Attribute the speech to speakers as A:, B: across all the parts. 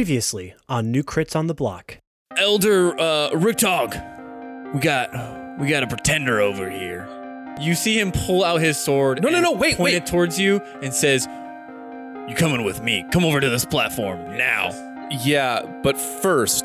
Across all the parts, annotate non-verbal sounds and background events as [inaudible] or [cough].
A: Previously on New Crits on the Block.
B: Elder uh, Richtog, we got we got a pretender over here. You see him pull out his sword.
C: No, no,
B: and
C: no, wait,
B: point
C: wait.
B: it towards you and says, "You coming with me? Come over to this platform now."
C: Yeah, but first,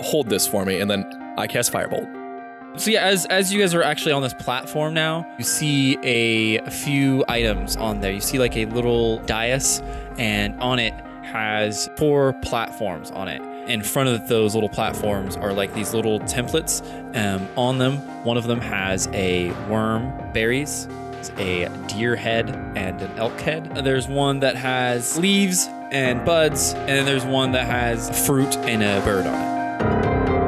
C: hold this for me, and then I cast Firebolt.
D: So yeah, as as you guys are actually on this platform now, you see a few items on there. You see like a little dais, and on it has four platforms on it. In front of those little platforms are like these little templates. Um, on them, one of them has a worm, berries, a deer head, and an elk head. There's one that has leaves and buds, and then there's one that has fruit and a bird on it.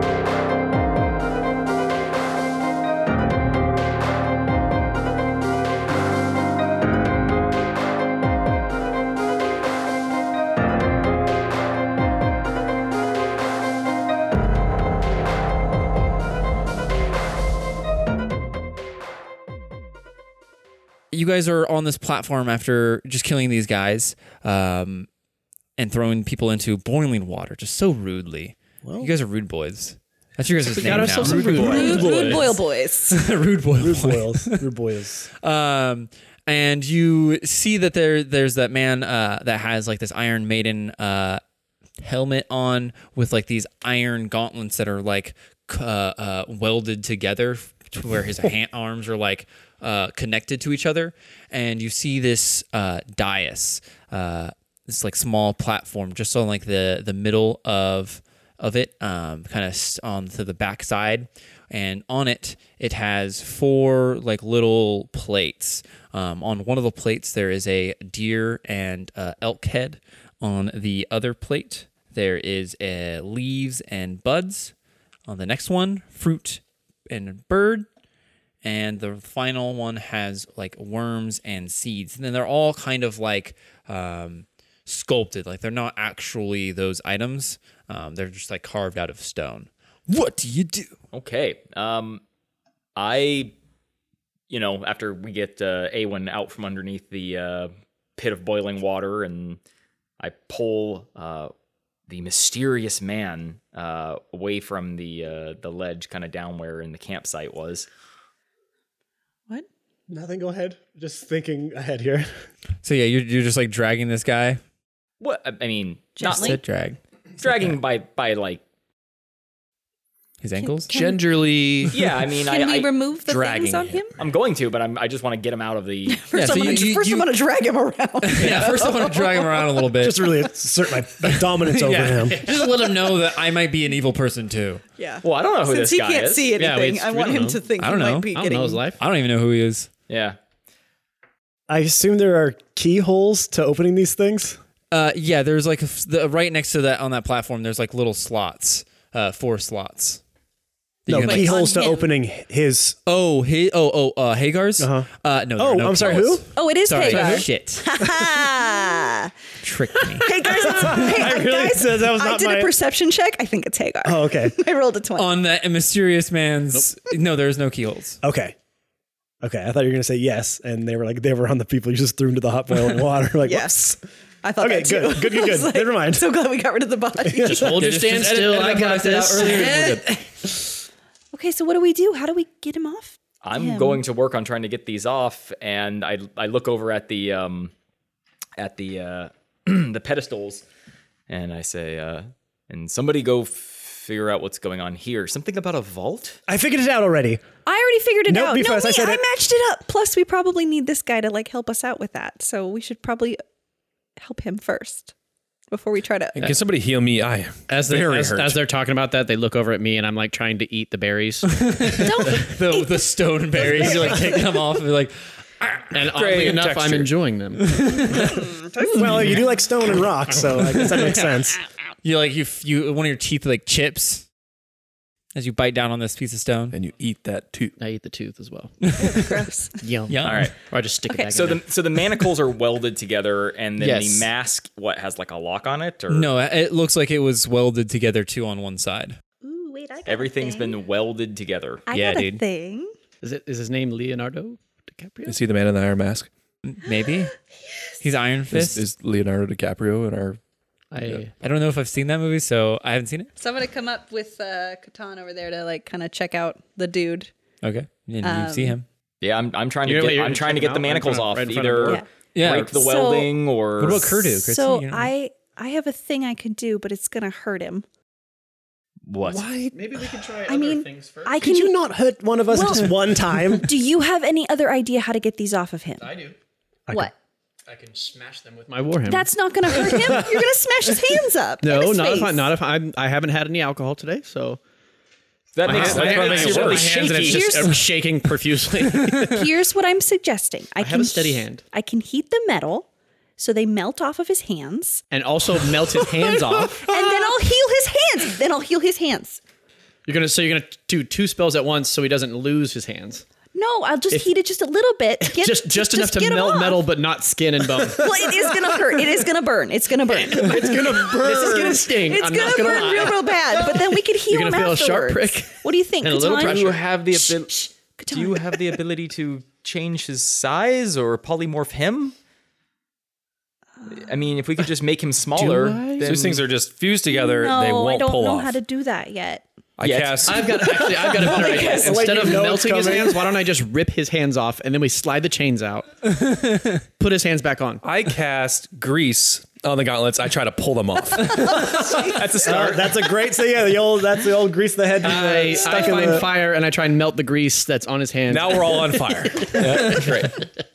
D: you guys are on this platform after just killing these guys um, and throwing people into boiling water just so rudely. you guys are rude boys. That's your guys' name now.
A: rude
E: Rude, rude boil boys.
D: [laughs] rude boy.
A: Rude boils. [laughs] Rude boils.
D: Um, and you see that there there's that man uh, that has like this Iron Maiden uh, helmet on with like these iron gauntlets that are like c- uh, uh, welded together to where his hand arms are like uh, connected to each other. And you see this uh, dais, uh, this like small platform just on like the the middle of of it, um, kind of on to the backside, and on it it has four like little plates. Um, on one of the plates there is a deer and uh, elk head. On the other plate there is uh, leaves and buds. On the next one, fruit and bird. And the final one has like worms and seeds. And then they're all kind of like um, sculpted. Like they're not actually those items, um, they're just like carved out of stone. What do you do?
F: Okay. Um, I, you know, after we get uh, A1 out from underneath the uh, pit of boiling water, and I pull uh, the mysterious man uh, away from the uh, the ledge, kind of down where in the campsite was.
E: What?
A: Nothing. Go ahead. Just thinking ahead here.
D: So yeah, you're, you're just like dragging this guy.
F: What I I mean,
E: Gently?
D: Sit drag
F: not dragging by by like
D: his ankles.
C: Gingerly.
F: yeah. I mean,
E: Can
F: I,
E: we
F: I
E: remove the
D: dragging
E: things on him?
F: I'm going to, but I'm, I just want to get him out of the.
E: First,
D: so
E: I'm, gonna,
D: you- you-
E: first
D: you-
E: I'm gonna drag him around.
D: yeah, first I want to drag him around a little [laughs] bit.
A: Just really assert my, my dominance over
D: yeah.
A: him.
D: just to let him know that I might be an evil person too.
E: [laughs] yeah.
F: Well, I don't know who
E: Since
F: this
E: he
F: guy
E: can't
F: is.
E: see
C: Yeah, we-
E: anything, I
C: we
E: want
C: don't
E: him
C: know.
E: to think
D: I don't
E: he
D: know.
E: might be
C: I don't
E: getting
C: know his life.
D: I don't even know who he is.
F: Yeah.
A: I assume there are keyholes to opening these things.
D: Uh, yeah, there's like a f- the, right next to that on that platform. There's like little slots, uh, four slots. that you
A: No
D: can, like-
A: keyholes to
E: on him.
A: opening his.
D: oh, hey, oh, oh, uh, Hagar's.
A: Uh-huh.
D: Uh, no. there
A: Oh,
D: are no
A: I'm sorry.
D: keyholes.
A: Who?
E: Oh, it is
D: Sorry. [laughs]
E: Hagar. [laughs]
D: Shit.
E: Ha!
D: Tricked me.
E: Hey guys, it's, hey, I
A: really-
E: guys,
A: that- that was
E: I
A: not
E: did
A: my-
E: a perception check. I think it's Hagar.
A: Oh, okay.
E: [laughs] I rolled a twenty.
D: on that mysterious man's. No, there's no keyholes.
A: Okay. Okay. I thought you were gonna say yes, and they were like they were on the people you just threw into the hot [laughs] boiling water. Like
E: yes, I thought
A: Okay,
E: that too.
A: good, good, good,
E: [laughs] I was
A: good. Never mind.
E: So glad we got rid of the body.
C: Hold your
D: Just-
C: stand
D: just edit-
C: still.
D: edit
C: I
D: that
C: got
D: part out
C: this.
D: earlier and we're good.
E: okay, so what do we do? How do we get him off?
F: I'm
E: Damn.
F: going to work on trying to get these off, and I I look over at the um, at the uh, [clears throat] the pedestals, and I say, uh, and somebody go f- figure out what's going on here. Something about a vault.
A: I figured it out already.
E: I already figured it
A: Nope,
E: out.
A: because
E: no,
A: I
E: me,
A: said
E: I
A: it.
E: matched it up. Plus, we probably need this guy to like help us out with that. So we should probably help him first before we
A: [laughs]
E: try to. [laughs]
C: Can somebody heal me? I am
G: [laughs] As, they,
C: very
G: as,
C: hurt.
G: as they're talking about that, they look over at me and I'm like trying to eat the berries.
E: Don't.
D: The the stone berries. You like take them off and be like,
G: [laughs] And oddly enough, I'm enjoying them.
A: Well, you do like stone and rock, so I guess that
E: [laughs]
A: makes sense.
D: you like you f- you one of your teeth like chips as you bite down on this piece of stone.
C: and you eat that too.
G: I eat the tooth as well.
E: Gross.
G: Yum.
D: Yeah. All right.
G: Or I just stick
E: Okay.
G: it back
F: So
G: in
F: the so the manacles are welded together, and then
G: Yes.
F: the mask what has like a lock on it,
D: [laughs]
F: or
D: No, it- it looks like it was welded together two on one side.
E: Ooh, wait, I got
F: Everything's
E: a thing.
F: been welded together.
E: I
D: Yeah,
E: got a
D: dude.
E: thing.
G: there. Is, it, is his name Leonardo DiCaprio?
C: Is he the man in the iron mask?
D: [laughs] Maybe. He's Iron Fist.
C: Is, is Leonardo DiCaprio in our
G: I
D: I don't know if I've seen that movie, so I haven't seen it.
E: So I'm gonna come up with uh, Catan over there to like kind of check out the dude.
D: Okay, Um, and you see him.
F: Yeah, I'm, I'm trying to
G: You're-
F: get
G: you're
F: I'm trying to
G: checking
F: get the
G: out right in front
F: manacles
G: of-
F: off.
G: right in front of
F: Either
G: the
E: Yeah.
D: Yeah.
F: break the
E: So-
F: welding or
D: What
A: Oh,
D: about Kurdu? Kristen?
E: So
D: You don't know?
E: I I have a thing I could do, but it's gonna hurt him.
F: what?
G: maybe we could try
E: I mean, I can.
A: Could you not hurt one of us
E: Well-
A: just one time?
E: [laughs] do you have any other idea how to get these off of him?
G: I do.
E: What?
G: I can smash them with my warhammer.
E: That's not gonna
A: [laughs]
E: hurt him. You're gonna smash his hands up. and
G: no,
E: his
G: not if I,
E: face.
G: not if I'm, I haven't had any alcohol today, so
F: That
G: my,
F: makes
G: hand-
F: sense.
G: my hand-
F: It's
G: it's
F: really
G: my hands and it's
F: shaky.
G: just
E: Here's-
G: I'm shaking profusely. [laughs]
E: Here's what I'm suggesting. I,
G: have
E: can
G: a steady
E: he-
G: hand.
E: I can heat the metal so they melt off of his hands,
G: and also melt his [laughs] hands off.
E: and then I'll heal his hands. Then I'll heal his hands.
G: You're gonna so you're gonna do two spells at once so he doesn't lose his hands.
E: No, I'll just heat it just a little bit. to Get,
G: just just enough
E: get
G: to
E: 'em
G: melt
E: off.
G: metal, but not skin and bone.
E: [laughs] Well, it is gonna hurt. It is gonna burn. It's gonna
G: [laughs]
E: burn.
G: it's gonna burn. This is gonna sting.
E: It's
G: I'm
E: gonna,
G: not gonna
E: burn
G: lie.
E: real, real bad. But then we could heal
G: [laughs] You're gonna
E: him
G: feel a sharp
E: afterwards.
G: prick
E: What do you think?
G: and a little
E: Catan?
G: pressure.
F: Do you have the abil-
E: Shh, shh. Catan.
F: Do you have the ability to change his size or polymorph him? I mean, if we could just make him smaller,
G: I? So
F: then
C: These things are just fused together.
E: No,
C: they won't
E: I don't
C: pull
E: know
C: off.
E: how to do that yet.
C: I
F: Yeah, it's-
C: cast.
G: I've got actually I've got a better idea.
A: yes,
G: Instead
A: like,
G: of
A: you know it's
G: melting his
A: coming.
G: hands, why don't I just rip his hands off and then we slide the chains out, put his hands back on.
C: I cast grease on the gauntlets. I try to pull them [laughs] off. That's a start.
A: that's a great. So yeah, the old that's the old grease the head.
G: I,
A: stuck
G: I
A: in
G: find
A: the-
G: fire and I try and melt the grease that's on his hands.
C: now we're all on [laughs] fire. Yeah, great.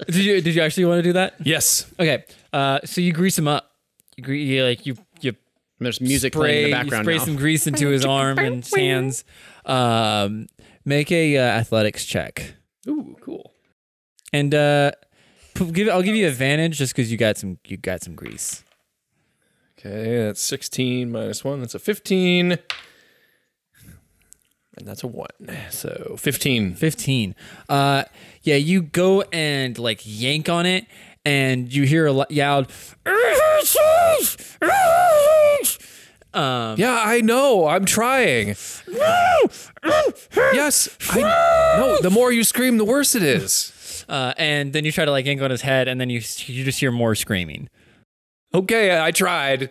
D: did you did you actually want to do that?
C: Yes.
D: Okay, uh, so you grease him up. You, gre- you like you you
G: there's music
D: spray,
G: playing in the
D: you
G: background
D: spray
G: now.
D: some grease into his arm and his hands. Um, make a uh, athletics check,
C: Ooh, cool.
D: and uh, p- give I'll give you advantage just because you got some you got some grease.
C: Okay, that's 16 minus 1. That's a 15. And that's a 1. So 15.
D: 15 uh yeah you go and like yank on it and you hear a lo- yelled um
C: Yeah, I know. I'm
G: [laughs]
C: trying. Yes. I, no, the more you scream, the worse it is.
D: uh, and then you try to like yank on his head and then you you just hear more screaming
C: Okay, I tried.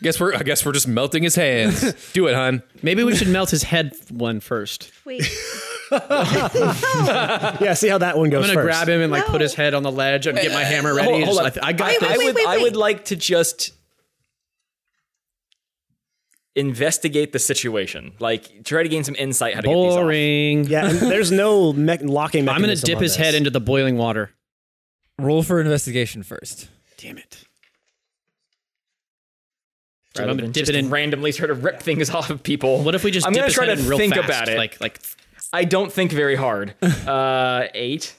C: Guess we're I guess we're just melting his hands.
G: [laughs]
C: Do it, hun.
G: Maybe we should melt his head one first. [laughs]
E: Wait, [laughs]
A: yeah, see how that one
G: I'm
A: goes
G: gonna
A: first.
G: grab him and like put
E: No.
G: his head on the ledge and get my hammer ready.
F: Hold- hold
G: Just
F: on.
G: like, I got
F: I,
G: this.
F: I would,
E: wait,
F: I
E: wait.
F: would like to just investigate the situation. Like, try to gain some insight how to get
G: Boring.
A: Yeah, and there's no me- locking.
G: I'm gonna
A: mechanism
G: dip
A: on
G: his
A: this.
G: head into the boiling water.
D: roll for investigation first
G: Damn it.
F: these off. Rather
G: I'm
F: than
G: gonna dip
F: just
G: it in.
F: randomly sort of rip things [laughs] off of people.
G: What if we just
F: I'm
G: dip
F: gonna
G: his
F: try
G: head
F: to
G: in real
F: think
G: fast,
F: about it.
G: Like like
F: I don't think very
G: [laughs]
F: hard. Uh, eight.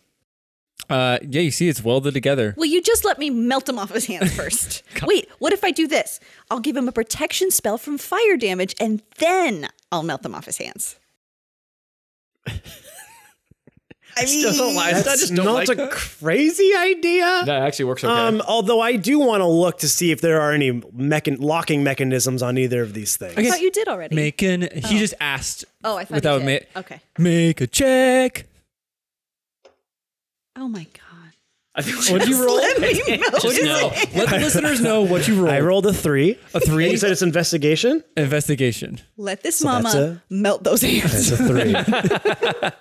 D: uh yeah you see it's welded together
E: will you just let me melt him off his hands first? Wait, what if I do this? I'll give him a protection spell from fire damage, and then I'll melt them off his hands. I mean,
G: still don't like- I
A: That's
G: [laughs] just don't
A: not
G: like
A: a
G: that.
A: crazy idea.
F: That actually works okay.
A: Um, although I do want to look to see if there are any mechan- locking mechanisms on either of these things.
E: I thought you did already.
D: making he just asked
E: oh, I thought
D: without
E: you did. okay.
D: make a check
E: Oh my god.
F: I think
D: what'd you roll
E: Let me melt his
D: no
E: hand.
D: let the listeners know what you rolled
A: I rolled a three.
D: a three
A: You said it's investigation.
D: investigation
E: Let this
A: that's
E: mama melt those hands. [laughs]
A: It's a [laughs]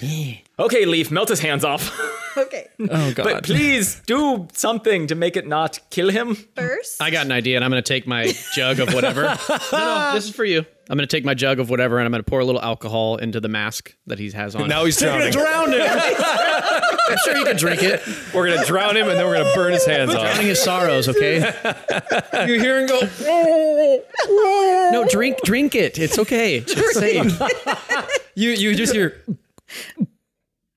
A: three.
F: [laughs] okay, Leaf, melt his hands off. [laughs]
E: okay.
D: [laughs] oh god
F: but please do something to make it not kill him.
E: First,
G: I got an idea and I'm gonna take my jug
F: [laughs]
G: of whatever. no, no, this is for you. I'm gonna take my jug of whatever and I'm gonna pour a little alcohol into the mask that he
F: [laughs]
G: has on.
C: Now he's drowning.
A: Drowned
G: [laughs]
A: him.
G: I'm sure he could drink [laughs] it.
C: We're gonna drown him and then we're gonna burn his hands off.
G: Drowning his
F: [laughs]
G: sorrows, okay?
C: You hear him go,
G: [laughs] No, drink drink it. It's okay.
F: [laughs]
G: It's safe.
D: you you just hear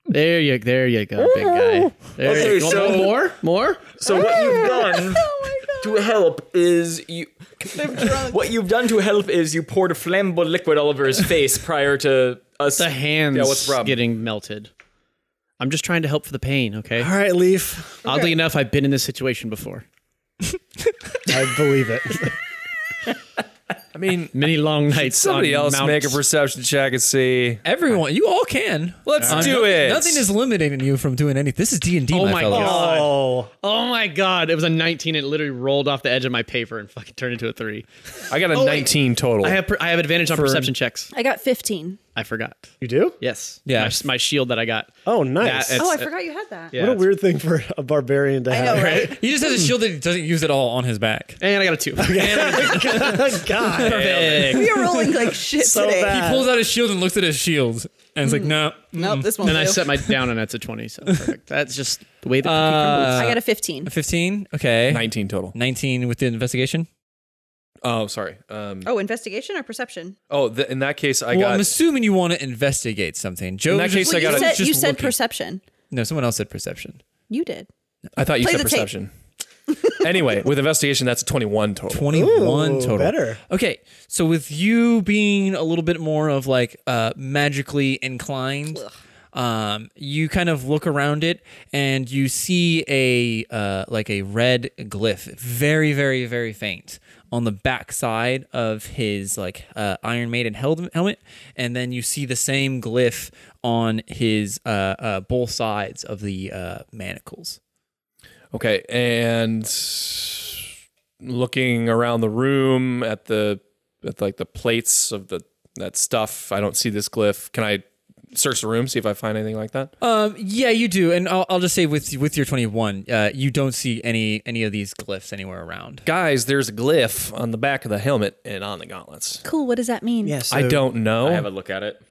G: There you there you go,
F: [laughs]
G: big guy. There
F: Okay,
G: you go.
F: so-
G: more? More?
F: So what
E: [laughs]
F: you've
E: Oh
F: done to help is you. What you've done to help is you poured flammable liquid
E: [laughs]
F: all over his face prior to us.
G: The hands
F: Yeah, what's the problem?
G: getting melted. I'm just trying to help for the pain, okay?
A: All right, Leaf.
G: Oddly enough,
A: [laughs]
G: I've been in this situation before.
A: I believe it.
F: I
C: mean,
G: Many long nights.
C: somebody
G: on
C: else
G: Mount-
C: make a perception check and see.
D: Everyone, you all can.
C: Let's
D: Uh,
C: do
D: nothing-
C: it.
D: Nothing is limiting you from doing anything. This is D and D,
G: Oh
D: my,
G: my
D: fellows.
G: God.
A: Oh,
G: Oh my god! It was a 19. It literally rolled off the edge of my paper and fucking turned into a three.
C: I got a 19 total.
G: Oh, I have per- I have advantage on perception checks.
E: I got 15.
G: I forgot.
A: you do?
G: Yes.
D: Yeah.
G: My, s- my shield that I got.
A: Oh, nice.
G: That-
E: Oh, I
G: it's-
E: forgot you had that.
G: Yeah,
A: what a
G: it's-
A: weird thing for a barbarian to
E: I
A: have.
E: know, right?
D: [laughs] He just has a shield that he doesn't use at all on his back.
G: And I got
A: [laughs]
G: a two.
A: God.
E: We are rolling like shit
A: So
E: today.
A: bad.
D: Pulls out his shield and looks at his shield and
E: Hmm.
D: it's like, no.
E: Nope, this won't
G: and I
E: do.
G: set my down, and that's a 20. So perfect. That's just the way that
A: Uh,
E: I got a 15.
D: 15? Okay.
C: 19 total.
D: 19 with the investigation?
C: Oh, sorry. Um,
E: Oh, investigation or perception?
C: oh, th- in that case, I
D: well,
C: got.
D: I'm assuming you want to investigate something. Joe,
C: In that case,
E: Well,
C: I
E: you
C: got.
E: said,
C: A,
E: you said
D: looking.
E: perception.
D: no, someone else said perception.
E: You did.
C: I thought you
E: Play
C: said
E: the tape.
C: perception. [laughs] anyway, with investigation, that's a 21 total.
D: 21
A: Ooh,
D: total.
A: better.
D: Okay. So with you being a little bit more of like uh magically inclined, um you kind of look around it and you see a uh like a red glyph, very very very faint on the back side of his like uh Iron Maiden hel- helmet and then you see the same glyph on his uh, uh both sides of the uh manacles.
C: Okay, and looking around the room at the at like the plates of the that stuff, I don't see this glyph. Can I search the room see if I find anything like that?
D: Um, yeah, you do, and I'll, I'll just say with with your twenty one, uh, you don't see any any of these glyphs anywhere around.
C: Guys, there's a glyph on the back of the helmet and on the gauntlets.
E: Cool. What does that mean?
A: Yeah, so
C: I don't know.
F: I have a
C: [laughs]
F: look at it.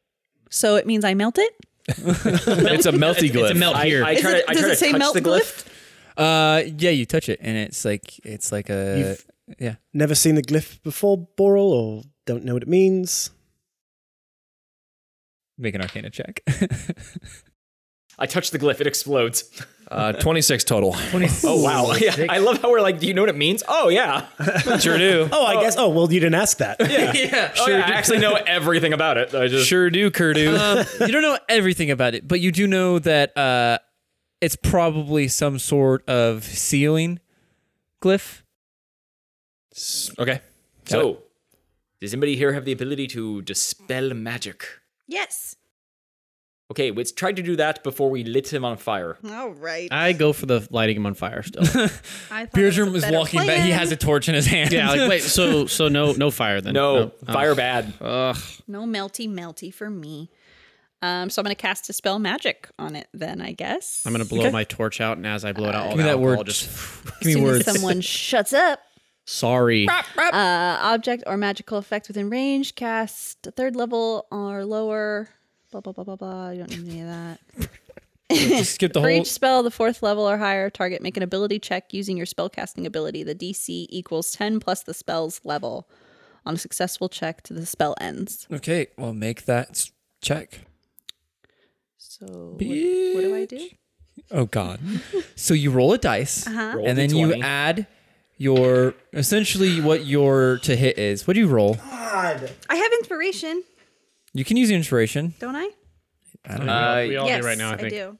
E: So it means I melt it?
C: it's a melty glyph.
G: it's a melt
F: I,
G: here.
F: I
E: Is
F: try
E: it-
F: to, I
E: does
F: try
E: it
F: to
E: say
F: touch
E: melt
F: the glyph.
D: Uh, yeah, you touch it, and it's like it's like a
A: You've-
D: yeah.
A: never seen the glyph before, Boral, or don't know what it means.
D: Make an Arcana [laughs] check.
F: I touch the glyph. It explodes.
C: Uh, 26 total.
F: [laughs] Oh wow! Yeah, I love how we're like, do you know what it means? Oh yeah,
C: sure do.
A: Oh, I
E: [laughs]
A: guess. Oh, well, you didn't ask that.
F: yeah. Oh, yeah. I actually know everything about it. I just
C: Sure do, Kurdu. [laughs]
D: um, [laughs] you don't know everything about it, but you do know that uh, it's probably some sort of sealing glyph.
C: okay.
F: so. Does anybody here have the ability to dispel magic?
E: Yes.
F: Okay, let's try to do that before we lit him on fire.
E: All right.
G: I go for the lighting him on fire still.
E: I thought it was a
D: Beardrum is
E: better
D: walking back. He
E: plan.
D: has a torch in his hand.
G: yeah. Like wait. So so no no fire then.
F: No,
G: Oh.
F: [laughs] fire bad.
G: Ugh.
E: No melty, melty for me. Um, so I'm going to cast Dispel Magic on it then, I guess.
G: I'm gonna blow my torch out, and as I blow it out, all
D: Give me
G: the
D: that
G: alcohol
D: word.
G: Just
D: [laughs] Give me
E: Soon as
D: words. [laughs]
E: someone shuts up,
G: sorry.
E: uh, object or magical effect within range, cast third level or lower, blah, blah, blah, blah, blah. You don't need any of that.
D: Just skip the
E: For
D: whole.
E: each spell, the fourth level or higher target make an ability check using your spellcasting ability. The DC equals 10 plus the spell's level. On a successful check to the spell ends.
D: Okay, well, make that s- check.
E: So what, what do I do?
D: Oh
E: [laughs]
D: God! so you roll a dice,
E: Uh-huh.
F: Roll
D: and then you
F: D20.
D: add your essentially what your to hit is. What do you roll?
E: I have inspiration,
D: You can use your inspiration.
E: don't I?
D: I don't know.
F: Uh,
G: we all
E: yes,
G: do right now. I think.
E: do.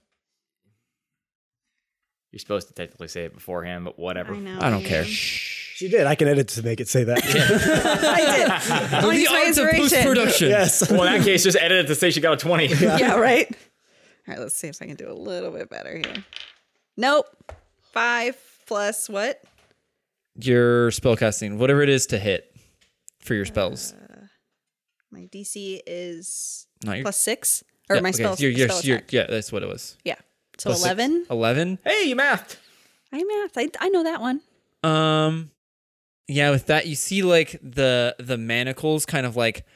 F: You're supposed to technically say it beforehand, but whatever.
E: I know.
D: I don't care.
A: [laughs] She did. I can edit to make it say that.
D: [laughs]
E: I did. Only
D: the
E: use my
D: art of post
E: inspiration.
D: production.
A: yes. [laughs]
F: [laughs] Well, in that case, just edit it to say she got a [laughs] 20.
E: Yeah, right. All right, let's see if I can do a little bit better here. Nope. Five plus what?
D: Your spellcasting, whatever it is to hit for your spells.
E: My DC is
D: Not your
E: plus six. Or
D: yeah,
E: my
D: okay,
E: spell,
D: your- your-
E: spell
D: your-
E: attack.
D: yeah, that's what it was.
E: Yeah. So 11.
D: Eleven.
F: Hey, you mathed.
E: I math. I, I know that one.
D: Um yeah, with that you see like the the manacles kind of like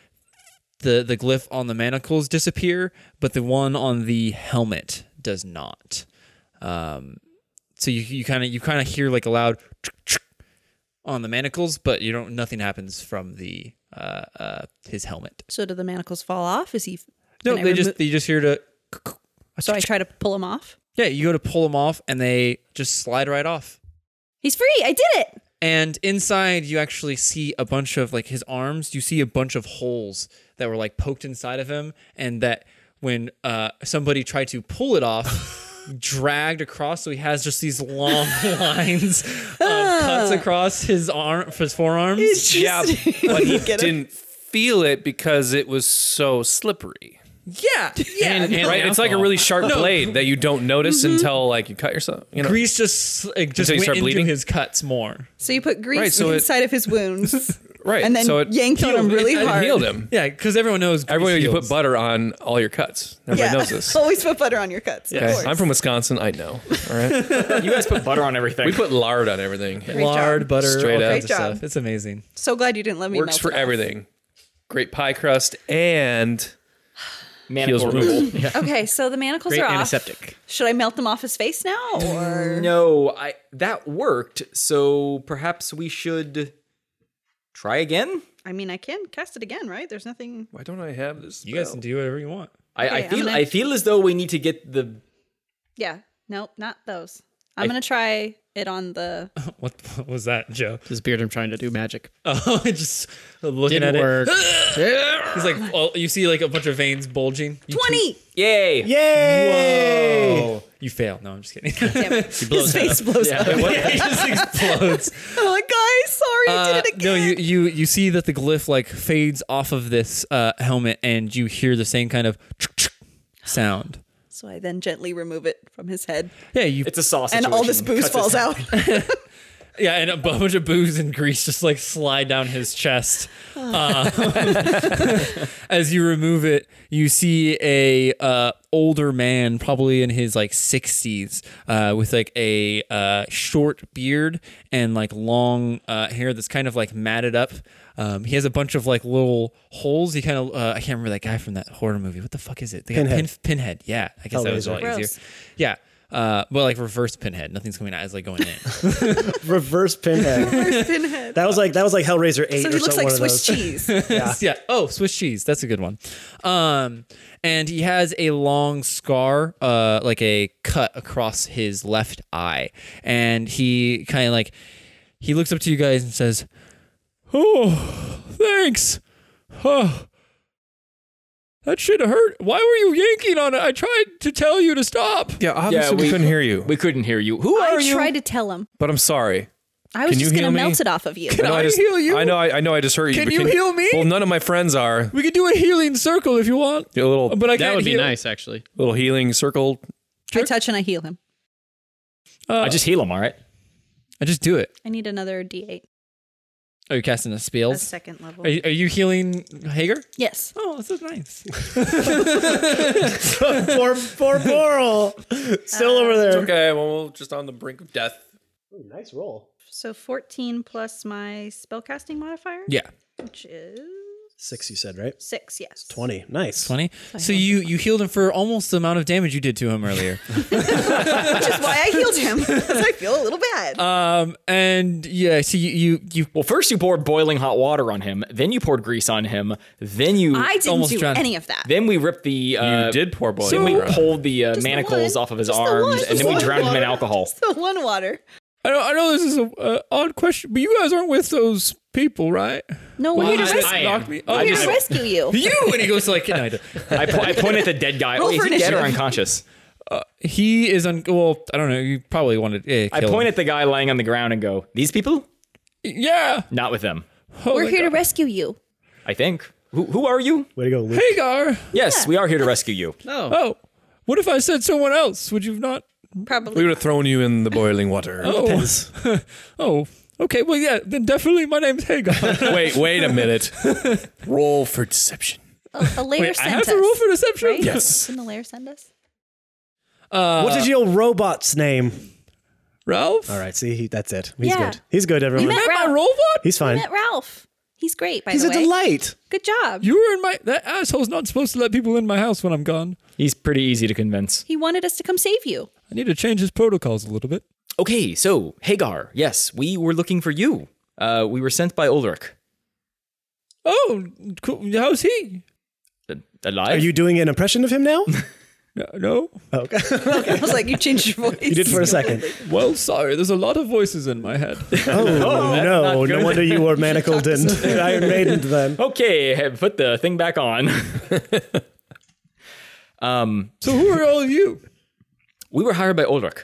D: the the glyph on the manacles disappear, but the one on the helmet does not. Um so you you kind of you kind of hear like a loud on the manacles, but you don't nothing happens from the uh uh his helmet.
E: So do the manacles fall off? Is he?
D: No,
E: can I
D: they
E: remo-
D: just they just hear to
E: So I try to pull him off.
D: Yeah, you go to pull them off and they just slide right off.
E: He's free. I did it.
D: And inside, you actually see a bunch of like his arms. You see a bunch of holes that were like poked inside of him, and that when uh, somebody tried to
E: [laughs]
D: pull it off, dragged across. So he has just these long lines of cuts
E: Ah.
D: across his arm, his forearms.
C: yeah,
E: [laughs]
C: but he didn't feel it because it was so slippery.
D: yeah, yeah.
G: And- and
C: Right?
G: the
C: It's like a
G: alcohol.
C: really sharp blade that you don't notice
E: Mm-hmm.
C: until like you cut yourself. You know,
D: grease just like, just
C: you
D: went
C: start
D: into
C: bleeding?
D: his cuts more.
E: So you put grease
C: Right, so it-
E: inside of his wounds.
C: right?
E: and then
C: so it
E: yanked on
C: healed-
E: him really
C: it, it
E: hard.
C: healed
E: [laughs]
C: him.
D: Yeah, because everyone knows. grease
C: Everyone, you
D: heals.
C: put butter on all your cuts. Everybody knows this.
E: [laughs] Always put butter on your cuts. Of
C: Okay,
E: course.
C: I'm from Wisconsin. I know. All right,
F: You guys put butter on everything.
C: we put lard on everything.
D: lard,
E: job.
D: butter,
C: Straight
D: all
C: up.
D: kinds of
E: Great
D: stuff.
E: job.
D: It's amazing.
E: so glad you didn't let me.
C: Works
E: melt
C: for
E: it off.
C: everything. Great pie crust and
F: Manicle
C: heals
F: removal.
E: [laughs] Okay, so the manacles
G: Great
E: are off.
G: antiseptic.
E: Should I melt them off his face now, or
F: No, I that worked. So perhaps we should try again.
E: I mean, I can cast it again, right? There's nothing.
C: Why don't I have this?
D: You guys can do whatever you want.
F: I,
E: Okay,
F: I
E: I'm
F: feel
E: gonna-
F: I feel as though we need to get the
E: Yeah. Nope. Not those. I'm gonna try it on the.
D: What, what was that, Joe?
G: This beard, I'm trying to do magic.
D: [laughs] Oh, I just looking
G: Didn't
D: at
G: work.
D: it. He's like, oh, you see like a bunch of veins bulging. You
E: Twenty.
F: yay.
A: Yay!
D: Oh, you fail. No, I'm just kidding. [laughs]
E: Damn it. his face blows [laughs] up.
D: it just explodes.
E: I'm like, guys,
D: [laughs]
E: sorry, I
D: Uh,
E: did it again.
D: no, you, you you see that the glyph like fades off of this uh, helmet, and you hear the same kind of sound.
E: So I then gently remove it from his head,
D: Yeah, you
F: It's a sauce.
E: and all this booze falls out.
D: Yeah, and a [laughs] bunch of booze and grease just like slide down his chest. Um, [laughs] as you remove it, you see a uh, older man, probably in his like sixties, uh, with like a uh, short beard and like long uh, hair that's kind of like matted up. Um, he has a bunch of like little holes. He kind of uh, I can't remember that guy from that horror movie. What the fuck is it? They got
A: Pinhead.
D: Pin, pinhead. Yeah, I guess that was a lot
E: Hellraiser.
D: easier. Yeah. Uh, but like reverse pinhead, nothing's coming out as like going in.
A: Reverse pinhead.
E: Pinhead.
A: That was like that was like Hellraiser Eight
E: So
A: or
E: he looks
A: something.
E: like
A: one of
E: Swiss
A: those.
D: [laughs]
E: cheese.
D: yeah. Oh, Swiss cheese. That's a good one. Um, and he has a long scar, uh, like a cut across his left eye, and he kind of like he looks up to you guys and says, "Oh, thanks. Oh, that shit hurt. Why were you yanking on it? I tried to tell you to stop."
C: Yeah, obviously
F: Yeah,
C: we,
F: we-
C: couldn't hear you,
F: We couldn't hear you. Who
E: I
F: are you?
E: tried to tell him.
C: but I'm sorry.
E: I was
C: Can you
E: just gonna
C: heal me?
E: melt it off of you.
C: I know
D: I
C: just,
D: heal you?
C: I know. I, I know. I just hurt you.
D: Can
C: but
D: you heal me?
C: Well, none of my friends are.
D: We could do a healing circle if you want,
C: A little,
D: but I can't
G: That would be
D: heal.
G: nice, actually.
C: little healing circle.
E: I touch and I heal him.
D: Uh,
F: I just heal him. All right.
D: I just do it.
E: I need another D8.
D: Are you casting a
E: A
D: spells?
E: second level.
D: Are you, are you healing Hager?
E: yes.
D: Oh, that's so nice.
A: [laughs] poor, poor Boral. Still
E: Uh,
A: over there.
C: Okay, well, we're just on the brink of death.
A: Nice roll.
E: So 14 plus my spellcasting modifier,
D: yeah,
E: which is
A: Six, you said, right?
E: six. Yes.
A: Twenty. Nice.
D: funny. So you you healed him for almost the amount of damage you did to him
G: [laughs]
D: earlier.
E: Which is why I healed him [laughs] because I feel a little bad.
D: um, and yeah, so you you you
F: Well, first you poured boiling hot water on him. Then you poured grease on him. Then you.
E: I didn't
D: almost
E: do
D: drowned.
E: any of that.
F: Then we ripped the. Uh,
C: you did pour boiling
F: Then we
C: water. on.
F: pulled the uh,
E: Just the
F: manacles
E: one.
F: off of his
E: Just the one.
F: arms, and then
E: [laughs]
F: we
E: Just the
F: drowned him in
E: one.
F: alcohol.
E: It's the one water.
D: I know I know this is a uh, odd question, but you guys aren't with those people, right?
E: No, we're here to
G: I-
E: rescue.
G: I am.
D: knocked me. Oh,
E: We're
D: you
E: here to rescue you.
D: you and he goes like no, I don't.
F: I, po- I point at the dead guy.
E: Roll
F: Wait,
E: for
F: is he dead or
E: initiative.
F: unconscious?
D: he is un. Well, I don't know. You probably wanted. Yeah,
F: I point at the guy lying on the ground and go, "These people?
D: yeah.
F: Not with them."
D: Oh
E: we're
D: my
E: here to
D: God.
E: rescue you.
F: I think. Who, who are you?
A: Way to go, Luke.
D: Hagar.
F: Yes, we are here to rescue you.
G: No.
D: Oh, what if I said someone else? Would you not? [laughs]
E: Probably.
C: We would have thrown you in the boiling water.
D: Oh, oh. Okay. Well, yeah. Then definitely, my name's
G: [laughs]
D: Hagar.
C: Wait, wait a minute. Roll for deception.
E: A, a layer
D: I
E: sent
D: have
E: us.
D: to roll for deception.
E: right?
C: Yes.
E: Didn't the layer send us?
D: Uh,
A: What is your robot's name?
D: Ralph?
A: All right, see, he, that's it. He's
E: Yeah.
A: good. He's good, everyone.
E: You met-
D: Met my
E: Ralph.
D: robot?
A: He's fine.
E: Met Ralph. He's great, by
A: He's
E: the
A: a
E: way.
A: delight.
E: Good job.
D: You were in my. That asshole's not supposed to let people in my house when I'm gone.
F: He's pretty easy to convince.
E: he wanted us to come save you.
D: I need to change his protocols a little bit.
F: Okay, so Hagar, yes, we were looking for you. Uh, we were sent by Ulrich.
D: Oh, cool. how's he?
F: A- Alive?
A: Are you doing an impression of him now?
D: No, no.
A: okay.
E: I was like, [laughs] you changed your voice.
A: You did for a second.
D: Well, sorry. There's a lot of voices in my head. [laughs]
A: [laughs] Oh, no. No wonder [laughs] you were manacled and [laughs] Iron Maiden then.
F: Okay, [laughs] have put the thing back on. [laughs] um,
D: so who are all of you?
F: we were hired by Ulrich.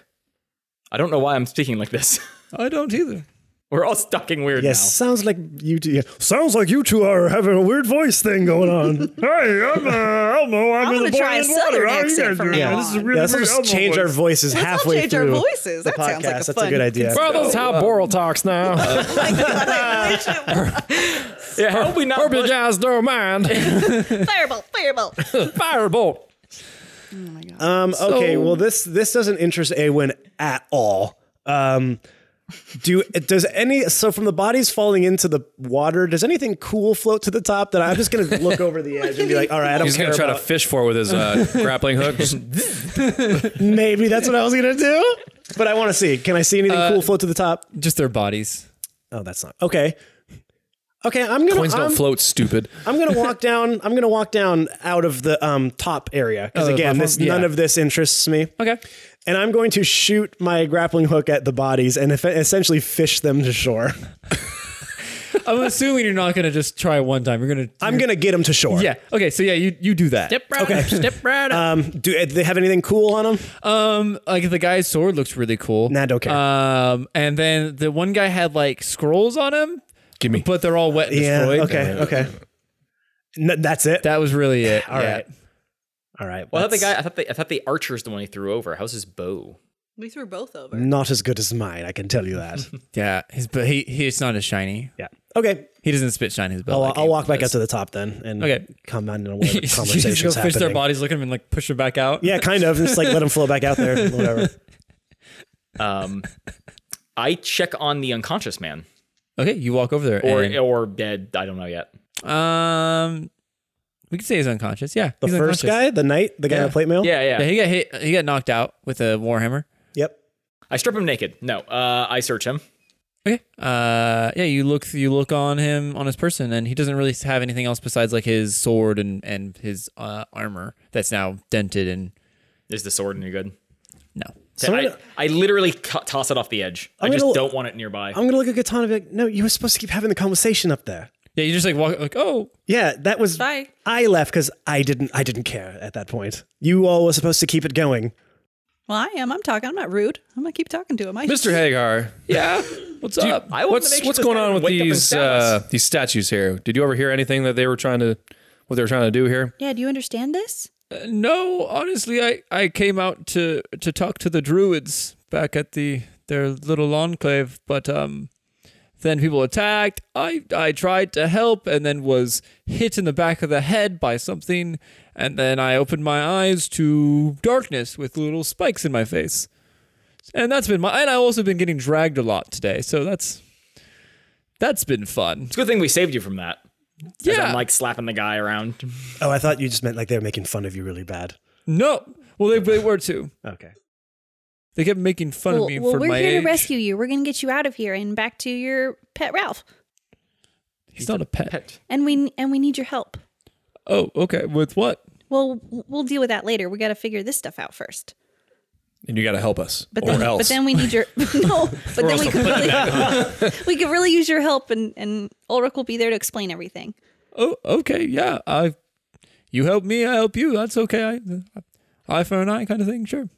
F: I don't know why I'm speaking like this. [laughs]
D: I don't either.
F: We're all talking weird
A: Yes, sounds like you two. yeah. Sounds like you two are having a weird voice thing going on. [laughs] hey, I'm uh, Elmo. I'm,
E: I'm
A: in the
E: gonna try a
A: boiling water.
E: southern
A: How you
E: accent
A: guys
E: from
A: doing?
E: now
A: This is
E: on.
A: really
E: Yeah,
A: let's weird just Elmo change our voice. voices
E: Let's all
A: halfway
E: change our
A: through
E: voices.
A: the
E: That sounds like a
A: podcast. That's a
E: fun
A: good idea.
C: Well, that's how Boral talks now.
E: [laughs]
F: Yeah, hope we not
C: Hope you
F: bust-
C: guys don't mind.
E: Fireball, fireball.
C: Firebolt.
A: Um, okay, well this this doesn't interest Awen at all. Um, do does any so from the bodies falling into the water? Does anything cool float to the top? That I'm just gonna look over
E: [laughs]
A: the edge and be like, all right, I don't
C: He's
A: care
C: gonna try to
A: about.
C: fish for it with his uh, grappling hook. Just-
A: Maybe that's what I was gonna do, but I want to see. Can I see anything cool float to the top?
D: Uh, Just their bodies.
A: Oh, that's not okay. Okay, I'm gonna
C: Coins
A: I'm-
C: don't float, stupid.
A: I'm gonna walk down. I'm gonna walk down out of the um, top area because
D: Oh, the
A: again, this
D: platform?
A: none
D: Yeah.
A: of this interests me.
D: Okay.
A: And I'm going to shoot my grappling hook at the bodies and eff- essentially fish them to shore.
D: I'm assuming you're not gonna just try one time. You're gonna.
A: I'm gonna get them to shore.
D: yeah. Okay. So yeah, you you do that.
G: Step right up. Step right up.
A: Um, do, uh, do they have anything cool on them?
D: Um, like the guy's sword looks really cool.
A: Nah, don't care.
D: Um, and then the one guy had like scrolls on him,
C: Give me.
D: but they're all wet and
A: Yeah.
D: destroyed.
A: Okay. Okay. N- that's it.
D: That was really it.
A: All
D: yeah.
A: right. All right.
F: Well, I thought the
A: that's
F: guy. I thought the, I thought the archer's the one he threw over. How's his bow?
E: We threw both over.
A: Not as good as mine, I can tell you that.
D: [laughs] Yeah. His, but he, he it's not as shiny.
A: yeah. Okay.
D: He doesn't spit shine his belt.
A: I'll,
D: like
A: I'll walk back
D: Aemon
A: up to the top then and
D: Okay.
A: come on
D: [laughs]
A: and whatever
D: does. You just go
A: conversations
D: fish their
A: happening.
D: bodies, look at them, and like push them back out.
A: Yeah, kind of. Just like let them flow back out there.
D: [laughs]
A: Whatever. [laughs]
F: Um, I check on the unconscious man
D: Okay. You walk over there.
F: or
D: and-
F: or dead. I don't know yet.
D: um, we could say he's unconscious. Yeah.
A: The
D: he's
A: first
D: unconscious.
A: guy, the knight, the guy in
D: Yeah.
A: the plate mail.
F: Yeah, yeah.
D: Yeah. He got hit. He got knocked out with a warhammer.
A: Yep.
F: I strip him naked. No, uh, I search him.
D: Okay. Uh, yeah, you look you look on him on his person, and he doesn't really have anything else besides like his sword and and his uh, armor that's now dented and
F: Is the sword any good?
D: no.
A: So I'm
F: I,
A: gonna-
F: I literally cut, toss it off the edge. i
A: I'm
F: just
A: gonna-
F: don't want it nearby.
A: I'm gonna look at Katana and be like, no, you were supposed to keep having the conversation up there.
D: Yeah, you just like walk like oh
A: Yeah, that was
E: Bye.
A: I left because I didn't I didn't care at that point. You all were supposed to keep it going.
E: Well, I am. I'm talking. I'm not rude. I'm gonna keep talking to him. I
C: Mr. Hagar,
D: yeah what's
C: do you-
D: up?
F: I wanted to
C: what's
F: make sure
C: what's
F: this
C: going
F: guy
C: on
F: would
C: with
F: wake up in
C: these
F: Dallas.
C: uh, these statues here? Did you overhear anything that they were trying to what they were trying to do here?
E: Yeah. Do you understand this?
D: Uh, no, honestly, I I came out to to talk to the druids back at the their little enclave, but um. Then people attacked. I, I tried to help and then was hit in the back of the head by something. And then I opened my eyes to darkness with little spikes in my face. And that's been my. And I've also been getting dragged a lot today. So that's. That's been fun.
F: it's a good thing we saved you from that. As
D: Yeah.
F: I'm like slapping the guy around.
A: Oh, I thought you just meant like they were making fun of you really bad.
D: no. Well, they, they were too.
A: Okay.
D: They kept making fun of me for
E: we're
D: my
E: here
D: age.
E: to rescue you. We're gonna get you out of here and back to your pet Ralph.
D: He's not a pet.
E: And we and we need your help.
D: Oh, okay. With what?
E: Well, w- we'll deal with that later. We got to figure this stuff out first.
C: And you got to help us,
E: But
C: or
E: then,
C: else.
E: but then we need your [laughs] no. But then we could really [laughs] we could really use your help, and and Ulrich will be there to explain everything.
D: Oh, okay. Yeah. I you help me, I help you. That's okay. I eye for an eye kind of thing, sure.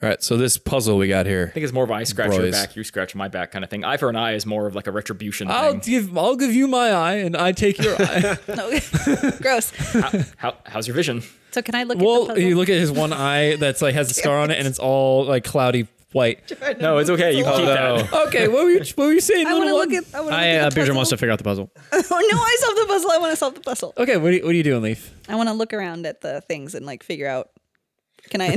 C: All right, so this puzzle we got here.
F: I think it's more of I scratch your
C: Bros.
F: back, you scratch my back kind of thing. Eye for an eye is more of like a retribution
D: I'll
F: thing.
D: give I'll give you my eye and I take your eye.
E: No, [laughs] gross.
F: How, how's your vision?
E: So can I look at the
D: well,
E: puzzle?
D: you look at his one eye that's like has a scar on it and it's all like cloudy white.
F: No, it's okay. You can
A: Uh, [laughs]
F: keep that.
D: Okay, what were you what were you saying?
E: I
D: little
E: want to look
D: one?
E: at. I, wanna
G: I
E: look
G: uh,
E: at the
G: Beardrum
E: puzzle.
G: wants to figure out the puzzle.
E: oh no! I solved the puzzle. [laughs] I want to solve the puzzle.
D: Okay, what are you, what are you doing, Leaf?
E: I want to look around at the things and like figure out. Can
D: [laughs]
E: I?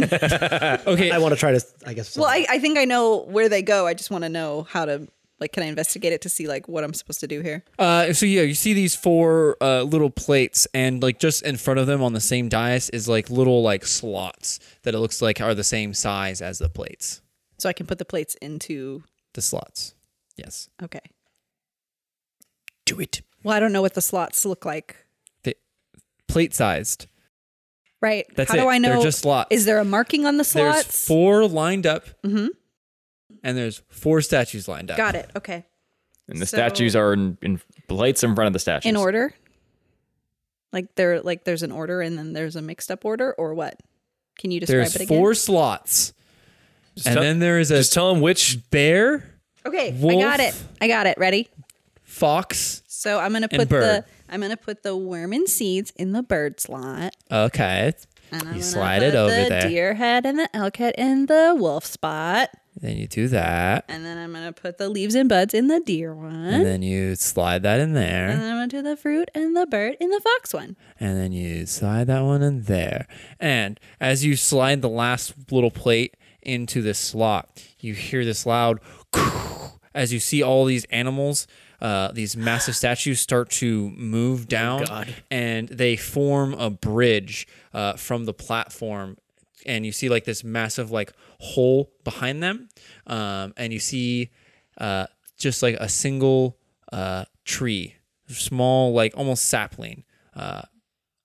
D: Okay,
A: I want to try to I guess
E: well, I, I think I know where they go. I just want to know how to like. Can I investigate it to see like what I'm supposed to do here?
D: Uh, so yeah, you see these four uh, little plates, and like just in front of them on the same dais is like little like slots that it looks like are the same size as the plates.
E: So I can put the plates into.
D: The slots. Yes.
E: Okay.
D: Do it.
E: Well, I don't know what the slots look like.
D: Plate sized.
E: Right.
D: That's
E: How
D: it.
E: do I know?
D: They're just slots.
E: Is there a marking on the
D: there's
E: slots?
D: four lined up,
E: Mm-hmm.
D: and there's four statues lined up.
E: Got it. Okay.
F: And the
E: So-
F: statues are in, in plates in front of the statues.
E: In order. Like there, like there's an order, and then there's a mixed up order, or what? Can you describe
D: There's
E: it again?
D: four slots, and
C: tell-
D: then there is a
C: Just tell him which
D: bear
E: Okay, I
D: Wolf.
E: got it. I got it. Ready?
D: Fox.
E: So I'm gonna
D: And
E: put the
D: bird.
E: I'm gonna put the worm and seeds in the bird slot.
D: Okay.
E: And I'm
D: You
E: gonna
D: slide
E: put
D: it over
E: the
D: there.
E: Deer head and the elk head in the wolf spot.
D: Then you do that.
E: And then I'm gonna put the leaves and buds in the deer one.
D: And
E: And then,
D: then you slide that in there.
E: I'm gonna do the fruit and the bird in the fox one.
D: And then you slide that one in there. And as you slide the last little plate into this slot, you hear this loud [laughs] as you see all these animals, uh, these massive statues start to move down and they form a bridge uh, from the platform. And you see like this massive like hole behind them. Um, and you see uh, just like a single uh, tree, small, like almost sapling. Uh,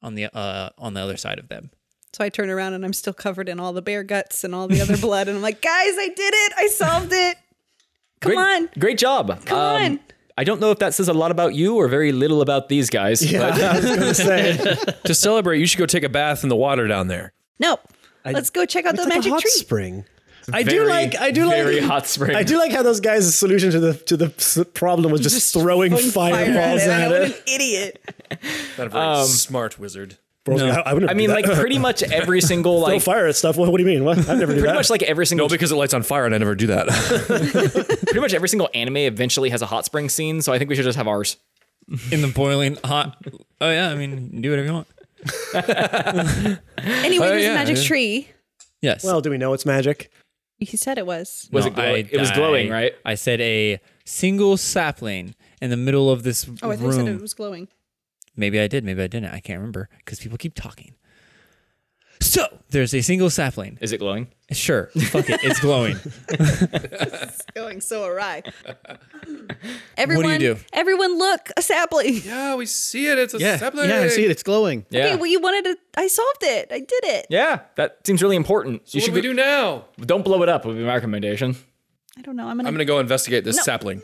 D: on the uh, on the other side of them.
E: So I turn around and I'm still covered in all the bear guts and all the other blood. And I'm like, guys, I did it. I solved it. Come
F: great,
E: on.
F: Great job. Um,
E: Come on.
F: I don't know if that says a lot about you or very little about these guys.
A: I was
E: [laughs]
A: gonna say,
C: to celebrate, you should go take a bath in the water down there.
E: No. Let's go check out
A: it's
E: the
A: like
E: magic
A: a hot
E: tree.
A: spring.
F: but
A: I do like. I do like.
F: very hot spring.
A: I do like how those guys' solution to the to the s- problem was just, throwing fireballs
E: it.
A: at
E: I know,
A: it.
E: What an idiot.
C: Not a very smart wizard.
A: Bro, I, wouldn't
F: I
A: do
F: mean,
A: that.
F: like pretty much every single
A: [laughs] throw
F: like
A: fire at stuff. What, what do you mean? What? I've never do
F: pretty
A: that.
F: much like every single
C: No, because it lights on fire, and I never do that. [laughs]
F: pretty much every single anime eventually has a hot spring scene. So I think we should just have ours.
D: In the boiling hot. Oh yeah, I mean, do whatever you want.
E: Anyway, there's
C: yeah,
E: a magic
C: yeah.
E: tree.
A: [laughs]
D: Yes.
A: well, do we know it's magic?
E: He said it was.
F: Was
D: No,
F: it glowing?
D: I-
F: it was glowing,
D: I-
F: right?
D: I said a single sapling in the middle of this
E: Oh, I
D: room.
E: thought he said it was glowing.
D: Maybe I did. Maybe I didn't. I can't remember because people keep talking. So there's a single sapling.
F: Is it glowing?
D: Sure, fuck it, it's glowing.
E: going so awry. Everyone,
D: do?
E: everyone, look, a sapling.
C: yeah, we see it. It's a
G: Yeah, yeah, I see it. It's glowing.
F: Yeah.
E: Okay, well, you wanted to. I solved it. I did it.
F: yeah, that seems really important. you should go-
C: now?
F: Don't blow it up. Would be my recommendation.
E: I don't know. I'm gonna. [laughs]
C: I'm gonna go investigate this sapling.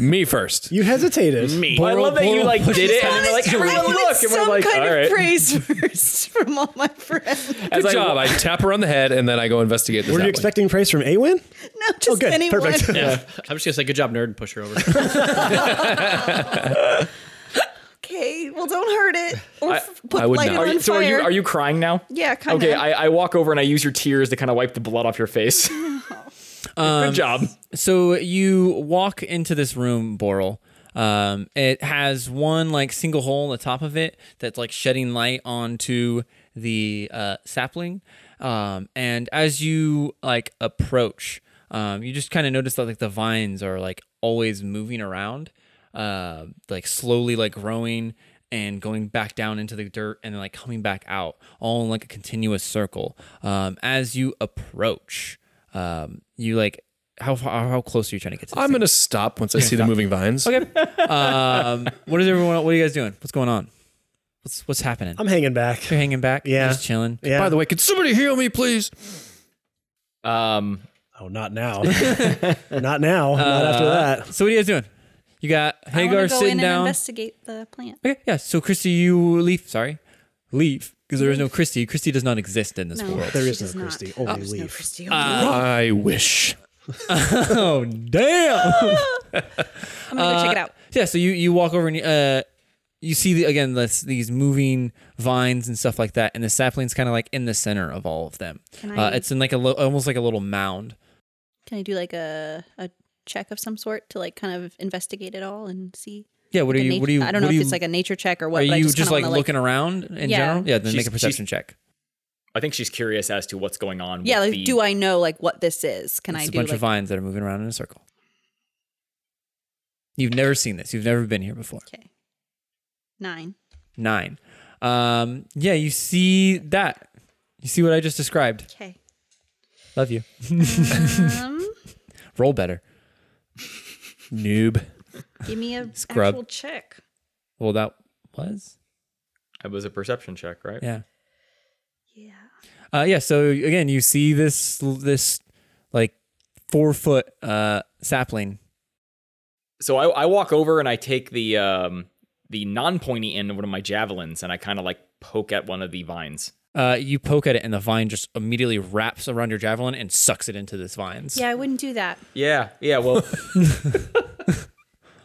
C: Me
G: [laughs]
C: first.
A: You hesitated. Me.
F: Well, I love that you
D: Boral
F: like did
E: I
F: it, and
E: wanted-
F: then, like everyone
E: I wanted
F: look, and
E: some
F: we're like,
E: kind
F: all
E: of
F: right.
E: praise first from all my friends.
F: As
C: Good
F: I-
C: job. I tap her on the head, and then I go investigate the
A: Were you
C: sapling.
A: expecting praise from Awen?
E: No, just
A: Oh, good.
E: anyone. [laughs]
A: Perfect.
G: [laughs] I'm just gonna say good job, nerd, and push her [laughs] over.
E: Okay, well, don't hurt it or f- put
C: I would
E: light
C: not.
E: it
F: Are
E: on
F: you, so are you
E: fire.
F: are you crying now?
E: Yeah, kind of.
F: Okay, I, I walk over and I use your tears to kind of wipe the blood off
E: [laughs]
F: your face.
E: Oh.
F: Good job.
D: So you walk into this room, Boral. Um, it has one like single hole in the top of it that's like shedding light onto the uh, sapling. Um, and as you like approach, um, you just kind of notice that like the vines are like always moving around, uh, like slowly like growing and going back down into the dirt and then like coming back out, all in like a continuous circle. Um, as you approach, um, you like how far, how close are you trying to get to? This
C: I'm
D: thing?
C: gonna stop once I see the moving vines.
D: um, what is everyone? What are you guys doing? What's going on? What's what's happening?
A: I'm hanging back.
D: You're hanging back.
A: Yeah.
D: just chilling.
A: Yeah.
C: By the way, could somebody heal me, please?
F: Um,
A: oh, not
F: [laughs]
A: now. [laughs] not now. not after
F: Uh,
A: that.
D: So what are you guys doing? You got
E: I wanna
D: Hagar
E: go in
D: sitting
E: and
D: down.
E: investigate the plant.
D: Okay, yeah. So Christy, you leave. Sorry, leave because there is no Christy. Christy does not exist in this
E: [laughs] No,
D: world.
A: There
E: she
A: is no
E: does not.
A: Christy. Only
E: There's no
A: leaf.
E: Christy.
C: I wish.
D: Oh [laughs] damn!
E: I'm gonna go check it out.
D: yeah. So you you walk over and you, uh, you see the, again this, these moving vines and stuff like that, and the sapling's kind of like in the center of all of them.
E: Can I,
D: Uh, it's in like a lo- almost like a little mound.
E: can I do like a a check of some sort to like kind of investigate it all and see?
D: Yeah. What are
E: Like a
D: you?
E: nat-
D: What do you?
E: I don't
D: what do
E: know if
D: you-
E: it's like a nature check or what.
D: Are
E: but I
D: you
E: just,
D: just,
E: kinda
D: like
E: wanna,
D: looking around in
E: Yeah.
D: general? Yeah, then
F: She's-
D: make a perception check.
F: I think she's curious as to what's going on.
E: Yeah,
F: with
E: like
F: the-
E: do I know like what this is? Can
D: it's
E: I
D: a
E: do
D: bunch
E: like
D: of vines that are moving around in a circle. You've never seen this. You've never been here before.
E: okay nine?
D: Nine. Um, yeah, you see that. You see what I just described.
E: Okay,
D: [laughs] Love you.
E: um,
D: Roll better.
C: Noob.
E: give me a
D: Scrub.
E: actual check.
D: Well, that was
F: It was a perception check, right?
D: yeah.
E: Yeah,
D: Uh, yeah. So again, you see this this like four foot uh, sapling.
F: So I, I walk over and I take the um the non pointy end of one of my javelins and I kind of like poke at one of the vines.
D: Uh, you poke at it, and the vine just immediately wraps around your javelin and sucks it into this vines.
E: I wouldn't do that.
F: Yeah, yeah, well. [laughs]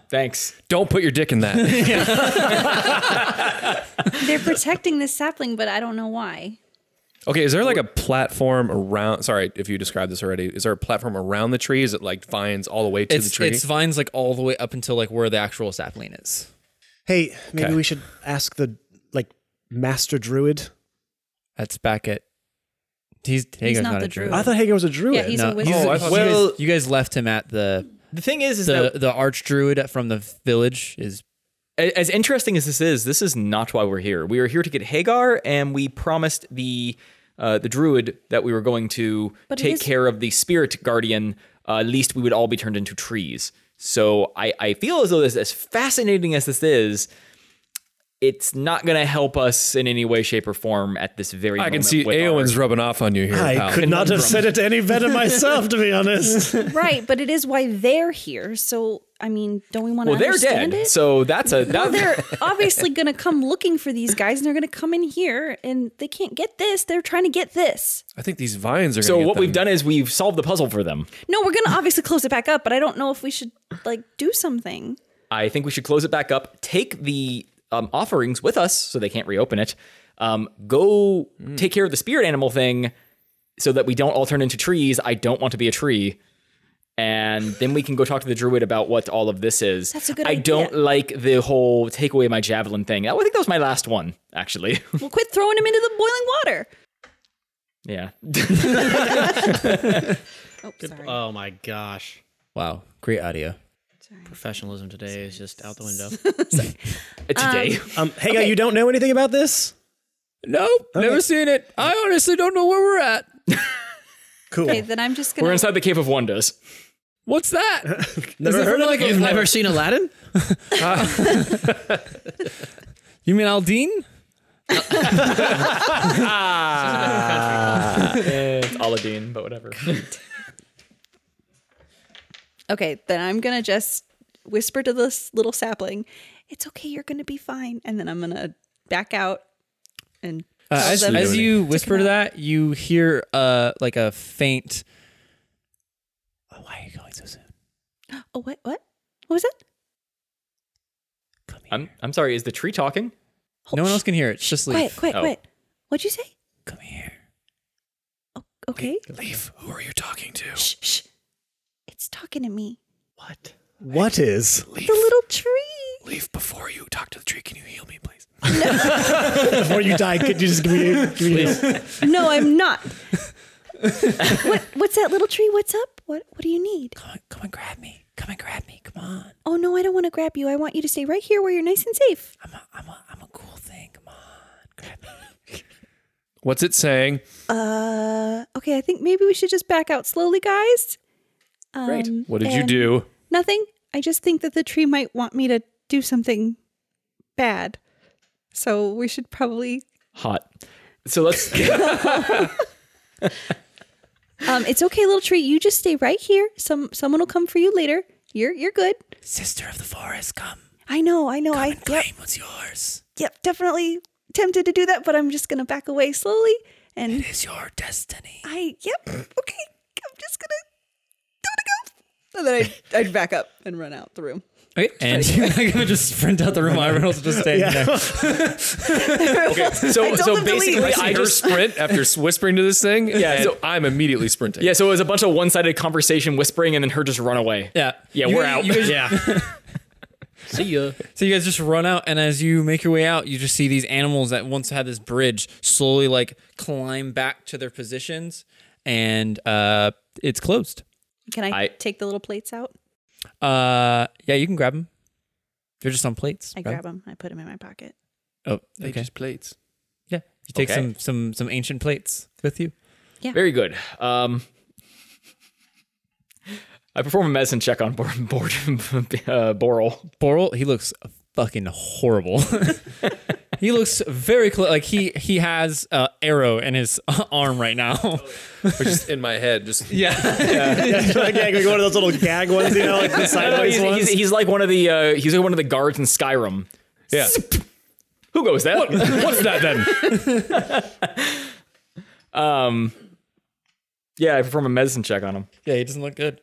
F: Thanks.
C: Don't put your dick in that. [laughs]
E: They're protecting this sapling, but I don't know why.
C: okay, is there like a platform around? Sorry if you described this already. Is there a platform around the tree? Is it like vines all the way to
D: It's,
C: the tree?
D: it's vines like all the way up until like where the actual sapling is.
A: Hey, maybe
C: Okay.
A: we should ask the like master druid.
D: That's back at. He's, Hagar's
E: not the druid.
A: I thought Hagar was a druid.
E: Yeah, he's a wizard.
D: He's-
C: I
D: he's-
C: thought-
D: oh, you guys-
F: Well-
D: you guys left him at the
F: The thing is, is
D: the
F: that
D: the arch druid from the village is
F: a- as interesting as this is, this is not why we're here. We are here to get Hagar, and we promised the uh, the druid that we were going to
E: But it
F: take
E: is-
F: care of the spirit guardian. Uh, at least we would all be turned into trees. So I, I feel as though this, as fascinating as this is, it's not going to help us in any way, shape, or form at this very.
C: I can
F: moment
C: see
F: with
C: Aowen's
F: our-
C: rubbing off on you here.
A: I
C: pal.
A: could not have said it any better myself, to be
F: [laughs]
A: honest.
E: right, but it is why they're here. So, I mean, don't we want to
F: Well, they're
E: understand
F: dead.
E: it?
F: So that's a that,
D: [laughs]
E: well, they're obviously going to come looking for these guys, and they're going to come in here, and they can't get this. They're trying to get this.
C: I think these vines are.
F: [laughs] So
C: gonna get
F: what we've
C: them.
F: done is we've solved the puzzle for them.
E: No, we're going to obviously close it back up, but I don't know if we should like do something.
F: I think we should close it back up. Take the um, offerings with us so they can't reopen it. Um, go take care of the spirit animal thing so that we don't all turn into trees. I don't want to be a tree. And then we can go talk to the druid about what all of this is.
E: That's a good
F: I
E: idea.
F: don't like the whole take away my javelin thing. I think that was my last one, actually.
E: We'll quit throwing him into the boiling water.
F: yeah.
E: Oh, sorry.
F: uh,
G: Oh my gosh.
D: wow, great audio.
G: Professionalism today is just out the window.
F: uh, Today.
A: Um, Hagar, you don't know anything about this?
D: Nope, never seen it. I honestly don't know where we're at.
A: Cool.
E: okay, then I'm just going
F: We're
E: to.
F: inside the Cave of Wonders.
D: What's that?
A: Never heard of it?
G: [laughs] You've never seen Aladdin?
D: You mean Aldine?
F: it's Aladdin, but whatever.
E: Okay, then I'm gonna just whisper to this little sapling, "It's okay, you're gonna be fine." And then I'm gonna back out and
D: Uh,
E: tell
D: as,
E: them-
D: as you whisper to that, you hear uh like a faint. Oh, why are you going so soon?
E: oh what what what was it?
D: Come here.
F: [laughs] I'm, I'm sorry, is the tree talking?
D: no one else can hear it. It's just leave.
E: Quiet, quiet,
F: Oh.
E: quiet. What'd you say? Oh,
D: Come here.
E: Okay,
C: Leaf, who are you talking to?
E: shh, shh. It's talking to me.
C: What?
A: What is?
C: Leaf,
E: The little tree.
C: leaf. Before you talk to the tree, can you heal me, please?
A: Before you die, could you just give me, give me
E: [laughs] No, I'm not. what what's that little tree? What's up? What what do you need?
D: Come on, come and grab me. Come and grab me. Come on.
E: Oh no, I don't want to grab you. I want you to stay right here where you're nice and safe.
D: I'm a, I'm a, I'm a cool thing. Come on, grab me.
C: What's it saying?
E: Uh, okay. I think maybe we should just back out slowly, guys. Um,
C: Great. What did you
E: and-
C: do?
E: Nothing. I just think that the tree might want me to do something bad. So we should probably.
F: Hot. So let's. [laughs]
E: Um, it's okay, little tree. You just stay right here. Some someone will come for you later. You're you're good.
D: Sister of the forest, come.
E: I know. I know. I yep,
D: Claim what's yours.
E: yep. Definitely tempted to do that, but I'm just gonna back away slowly. And
D: It's your destiny.
E: I yep. Okay. I'm just gonna. Don't go. And then I I'd back up and run out the room.
D: Okay. And you're not gonna just sprint out the room. I Reynolds just staying there.
F: So,
E: told
F: so
E: them to leave.
F: basically,
E: I
F: I
C: Her
F: just
C: sprint after s- whispering to this thing. Yeah,
F: so-
C: I'm immediately sprinting.
F: yeah. So it was a bunch of one-sided conversation, whispering, and then her just run away.
D: Yeah.
F: yeah,
D: You
F: we're
D: guys-
F: out.
G: [laughs]
D: you guys-
G: yeah. See ya.
D: So you guys just run out, and as you make your way out, you just see these animals that once had this bridge slowly like climb back to their positions, and uh, it's closed.
E: Can I,
F: I-
E: take the little plates out?
D: Uh, yeah, you can grab them. They're just on plates.
E: I
D: right?
E: grab them. I put them in my pocket.
D: Oh,
C: They
D: okay.
C: just plates.
D: Yeah, you take
F: Okay.
D: some some some ancient plates with you.
F: Very good. Um, I perform a medicine check on Bor- [laughs] Bor- uh, Boral.
D: Boral, he looks fucking horrible. [laughs] he looks very cl- like he he has uh, arrow in his [laughs] arm right now. [laughs]
C: Which is in my head. Just yeah.
A: like, yeah, like one of those little gag ones, you know, like the
F: [laughs] No, no,
A: sideways
F: he's,
A: ones?
C: [laughs]
F: he's, he's like one of the uh, he's like one of the guards in Skyrim.
C: yeah.
F: Who goes that?
C: What's that then?
F: [laughs] Um, yeah, I perform a medicine check on him.
D: Yeah, he doesn't look good.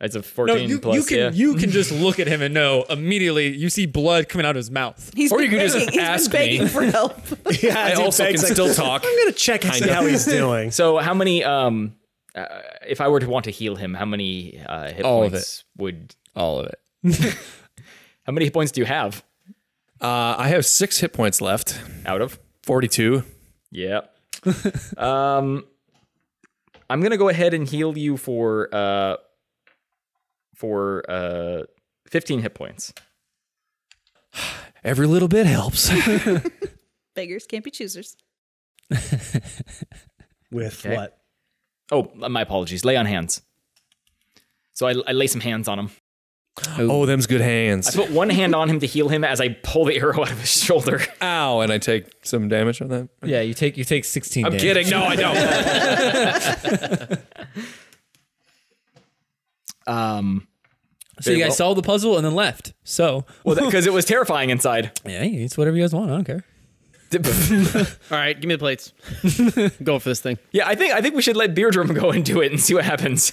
F: It's a
D: No,
F: 14
D: you,
F: plus.
D: you can
F: yeah.
D: you can just look at him and know immediately. You see blood coming out of his mouth.
E: He's
C: Or
E: been
C: you could just
E: begging, he's
C: ask me.
E: been begging for
C: [laughs]
E: help.
A: Yeah,
C: I
A: dude,
C: also can
A: Peg's like,
C: still talk.
A: I'm gonna check and see
C: Kinda.
A: how he's doing.
F: so how many? Um, uh, if I were to want to heal him, how many uh, hit
B: All of
F: points would?
B: All of it.
F: How many hit points do you have
C: Uh, I have six hit points left.
F: out of?
C: Forty-two.
B: [laughs]
F: Yep. um, I'm gonna go ahead and heal you for uh, for uh, 15 hit points.
C: Every little bit [laughs] helps.
E: Beggars can't be choosers.
A: With
F: Okay.
A: what?
F: Oh, my apologies. Lay on hands. So I, I lay some hands on him.
C: oh, them's good
F: I
C: hands.
F: put one hand on him to heal him as I pull the arrow out of his shoulder.
C: Ow, and I take some damage on that.
D: Yeah, you take you take sixteen.
C: I'm
D: damage.
C: kidding. No, I don't.
F: [laughs] Um,
D: So you
F: Very
D: guys
F: well.
D: solved the puzzle and then left. So
F: well, because it was terrifying inside.
D: yeah, it's whatever you guys want. I don't care.
G: All right, give me the [laughs] plates. I'm going for this thing.
F: [laughs] Yeah, I think I think we should let Beardrum go and do it and see what happens.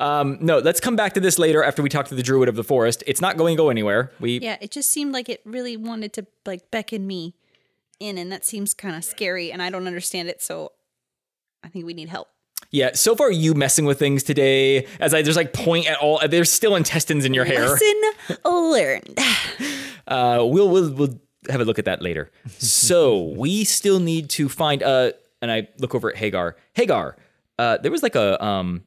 F: Um, no, let's come back to this later after we talk to the druid of the forest. It's not going to go anywhere. We
E: Yeah, it just seemed like it really wanted to like beckon me in, and that seems kind of scary, and I don't understand it, so I think we need help.
F: yeah. So far, you messing with things today. As I just like point at all. There's still intestines in your hair.
E: Lesson learned.
F: Uh, we'll we'll we'll have a look at that later. so we still need to find. Uh, and I look over at Hagar. Hagar, uh, there was like a um,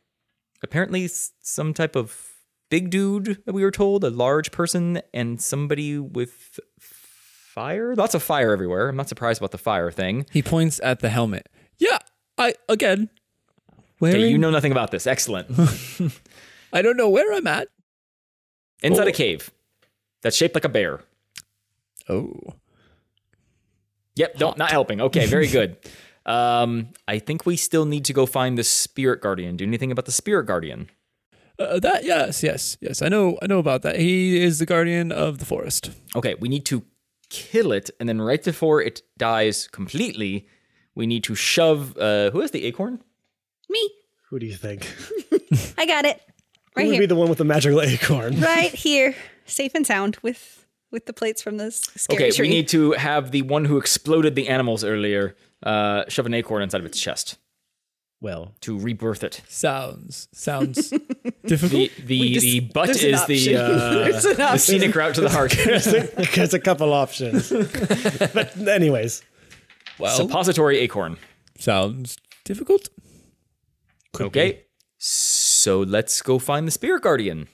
F: apparently s- some type of big dude that we were told, a large person, and somebody with fire. Lots of fire everywhere. I'm not surprised about the fire thing.
D: He points at the helmet. Yeah, I again. Where
F: Okay, you
D: in-
F: know nothing about this. Excellent.
D: I don't know where I'm at.
F: Inside a cave that's shaped like a bear.
D: Oh,
F: Yep, don't, not helping.
E: [laughs]
F: Okay, very good. Um, I think we still need to go find the spirit guardian. Do anything about the spirit guardian?
D: uh, that yes, yes, yes. I know, I know about that. He is the guardian of the forest.
F: Okay, we need to kill it, and then right before it dies completely, we need to shove. Uh, who has the acorn?
E: me,
A: Who do you think?
E: I got it
A: Who
E: right
A: would
E: here,
A: be the [laughs] one with the magical
E: [laughs]
A: acorn?
E: right here, safe and sound with with the plates from this scary
F: Okay,
E: tree.
F: we need to have the one who exploded the animals earlier uh, shove an acorn inside of its chest
A: Well,
F: to
E: [laughs]
F: rebirth it.
D: Sounds sounds [laughs] difficult.
F: The the, the butt
E: there's an
F: is
E: option.
F: the
E: [laughs]
F: uh,
E: There's an
F: the
E: option.
F: scenic route to
E: [laughs]
F: the heart.
A: there's a couple options. but anyways,
D: Well,
F: Suppository acorn.
D: sounds difficult.
F: okay, so let's go find the spirit guardian.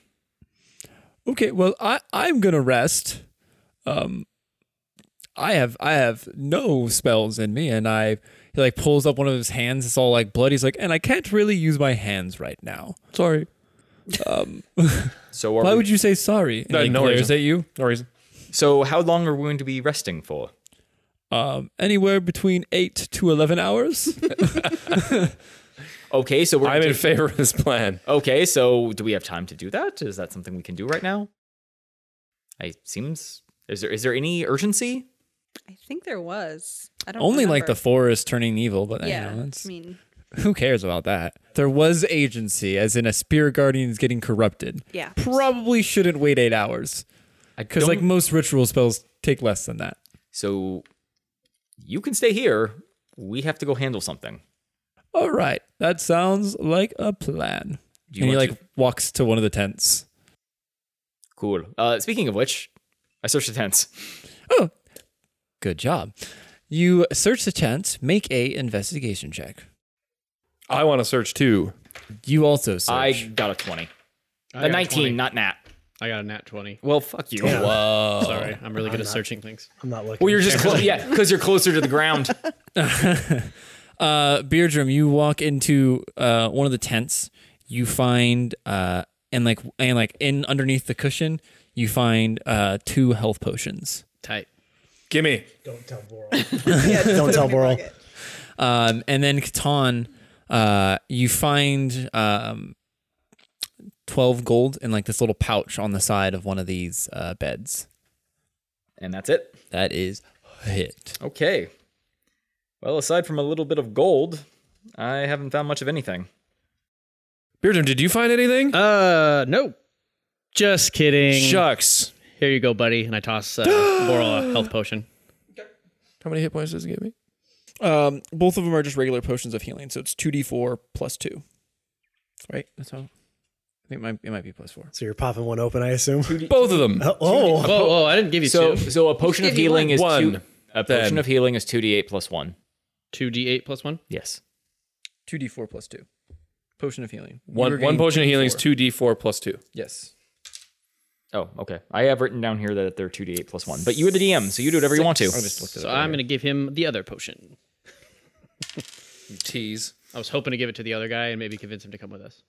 D: Okay, well, I I'm gonna rest. Um, I have I have no spells in me, and I he like pulls up one of his hands. It's all like blood. He's like, and I can't really use my hands right now. Sorry.
F: So are
D: Why
F: we-
D: would you say sorry? And
C: No,
D: he
C: no
D: glares
C: reason.
D: at you.
C: No reason.
F: so how long are we going to be resting for?
D: Um, anywhere between eight to eleven hours.
F: [laughs] Okay, so we're
C: I'm
F: gonna
C: in
F: take-
C: favor of this plan.
F: Okay, so do we have time to do that? Is that something we can do right now? I seems is there is there any urgency?
E: I think there was. I don't
D: Only like the
E: remember.
D: forest turning evil, but
E: yeah.
D: you know, it's,
E: I mean,
D: who cares about that? There was agency, as in a spirit guardian is getting corrupted.
E: yeah.
D: Probably shouldn't wait eight hours
F: I
D: because like
F: don't-
D: most ritual spells take less than that.
F: so you can stay here. We have to go handle something.
D: All right, that sounds like a plan.
F: Do you
D: and he
F: want
D: like walks to one of the tents.
F: Cool. Uh, speaking of which, I searched the tents.
D: Oh, good job. You search the tent. Make a investigation check.
C: I want to search too.
D: You also search.
F: I got a twenty.
G: I
F: A
G: got a
F: nineteen,
G: 20.
F: not nat.
G: I got a nat 20.
F: Well, fuck you.
D: Whoa.
G: Sorry, I'm really good at searching things.
A: I'm not looking.
F: Well,
G: [laughs]
F: you're just clo- yeah, because you're closer to the [laughs] ground.
D: uh, Beardrum, you walk into uh, one of the tents. You find uh, and like and like in underneath the cushion, you find uh, two health potions.
G: Tight.
C: Gimme.
A: Don't tell Boral. Don't tell Boral.
D: Um, and then Catan, uh, you find um, twelve gold in like this little pouch on the side of one of these uh, beds.
F: And that's it.
D: That is a hit.
F: Okay. Well, aside from a little bit of gold, I haven't found much of anything.
C: Beardum, did you find anything?
G: Uh, no. Just kidding.
C: Shucks.
G: Here you go, buddy. And I toss [gasps] uh, Laurel a health potion.
C: How many hit points does it give me?
B: Um, both of them are just regular potions of healing, so it's two d four plus two. Right, that's how. I think it might it might be plus four.
A: So you're popping one open, I assume. [laughs]
C: Both of them.
A: Oh, oh.
G: Whoa, whoa! I didn't give you
F: So,
G: two.
F: so a potion of
E: Just give you
F: healing is
C: one.
F: two.
C: One,
F: A potion
C: then.
F: of healing is two d eight plus one.
G: Two D eight plus one.
F: Yes.
B: Two d four plus two. Potion of healing. You were
C: One one
B: getting
C: potion of healing is
B: 2d4.
C: two d four plus two.
B: Yes.
F: Oh, okay. I have written down here that they're two d eight plus one, but you're the DM, so you do whatever you want to.
G: So I'm gonna give him the other potion.
C: Tease.
G: I was hoping to give it to the other guy and maybe convince him to come with us,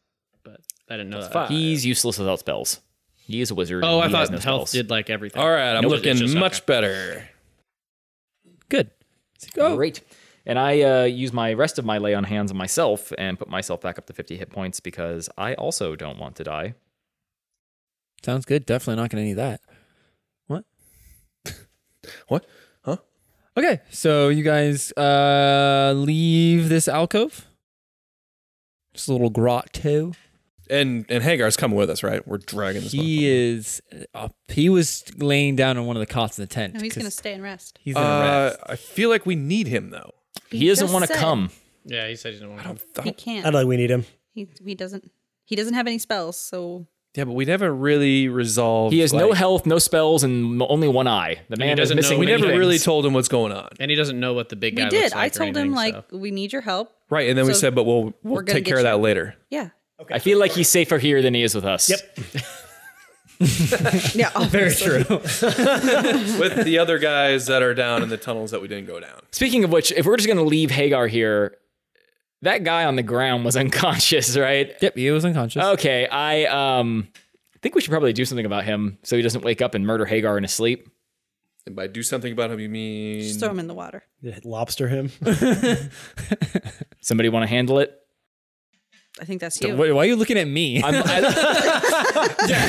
G: but I didn't know that.
C: Five.
F: He's useless without spells. He is a wizard.
G: Oh,
F: and
G: I
F: he
G: thought
F: has no
G: health
F: spells.
G: did like everything.
C: All right, I'm
G: Nope, it's just-
C: looking much
G: okay.
C: better.
D: Good.
F: Great. And I uh, use my rest of my lay on hands on myself and put myself back up to 50 hit points because I also don't want to die.
D: Sounds good. Definitely not going to need that. What?
C: What? Huh?
D: Okay, so you guys uh leave this alcove. Just a little grotto.
C: And and Hagar's coming with us, right? We're dragging this.
D: He is up. He was laying down on one of the cots in the tent.
E: No, he's
D: 'cause
E: gonna stay and rest.
D: He's
C: motherfucker.
D: gonna
C: Uh,
D: rest.
C: I feel like we need him though.
F: He doesn't
E: just
F: want to
E: said
F: come.
G: Yeah, he said he didn't want
C: I
G: to.
C: don't, I
E: He
C: don't-
A: I
E: can't.
A: don't think we need him.
E: he he doesn't. He doesn't have any spells, so
C: yeah, but we never really resolved.
F: He has no
C: like-
F: health, no spells, and m- only one eye. The man
G: doesn't
F: is missing.
G: know
C: We
G: many
C: never
G: things.
C: really told him what's going on,
G: And he doesn't know what the big guy
E: we
G: looks
E: did. I
G: like or
E: told
G: anything,
E: him like
G: so-
E: we need your help.
C: right? And then we
E: So
C: said, but we'll we'll
E: we're gonna
C: take care of
E: get
C: that
E: you.
C: later.
E: Yeah.
F: I feel like he's safer here than he is with us.
A: Yep.
E: Yeah.
A: Very true.
C: with the other guys that are down in the tunnels that we didn't go down.
F: Speaking of which, if we're just going to leave Hagar here, that guy on the ground was [laughs] unconscious, right?
D: Yep, he was unconscious.
F: Okay, I um think we should probably do something about him so he doesn't wake up and murder Hagar in his sleep.
C: And by do something about him, you mean
E: Just throw him in the water.
A: Lobster him.
F: Somebody want to handle it?
E: I think that's
D: Why,
E: you.
D: why are you looking at me?
F: [laughs]
D: Yeah,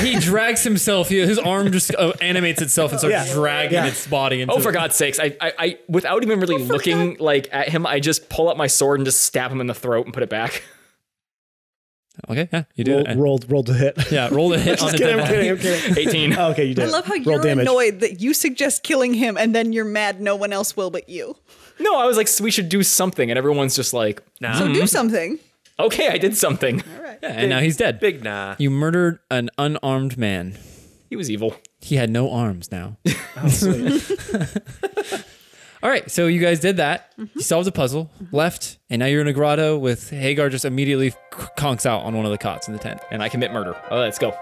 A: [laughs]
D: he drags himself. He, his arm just uh, animates itself and starts
A: Yeah.
D: dragging
A: Yeah.
D: its body. Into
F: Oh, for God's sakes! I, I, I without even
H: Oh,
F: really looking like at him, I just pull up my sword and just stab him in the throat and put it
H: [laughs]
F: back.
D: Okay, yeah, you do.
A: Roll,
D: it.
A: rolled, rolled to hit.
D: yeah, roll the hit on
A: [laughs] Just
D: the
A: kidding,
D: dead
A: I'm
D: body.
A: kidding, I'm
F: [laughs]
A: kidding.
F: Eighteen.
A: Oh, okay, you did.
I: I love how
A: roll
I: you're
A: damage.
I: annoyed that you suggest killing him and then you're mad no one else will but you.
F: no, I was like, we should do something, and everyone's just like,
I: So do something.
F: okay, I did something.
D: Yeah, and now he's dead.
C: big nah?
D: You murdered an unarmed man.
F: He was evil.
D: He had no
A: [laughs]
D: arms now.
A: Oh,
D: [laughs] All right, so you guys did that.
A: Mm-hmm.
D: You solved the puzzle, left, and now you're in a grotto with Hagar just immediately c- conks out on one of the cots in the tent.
F: And I commit murder. Oh, let's go.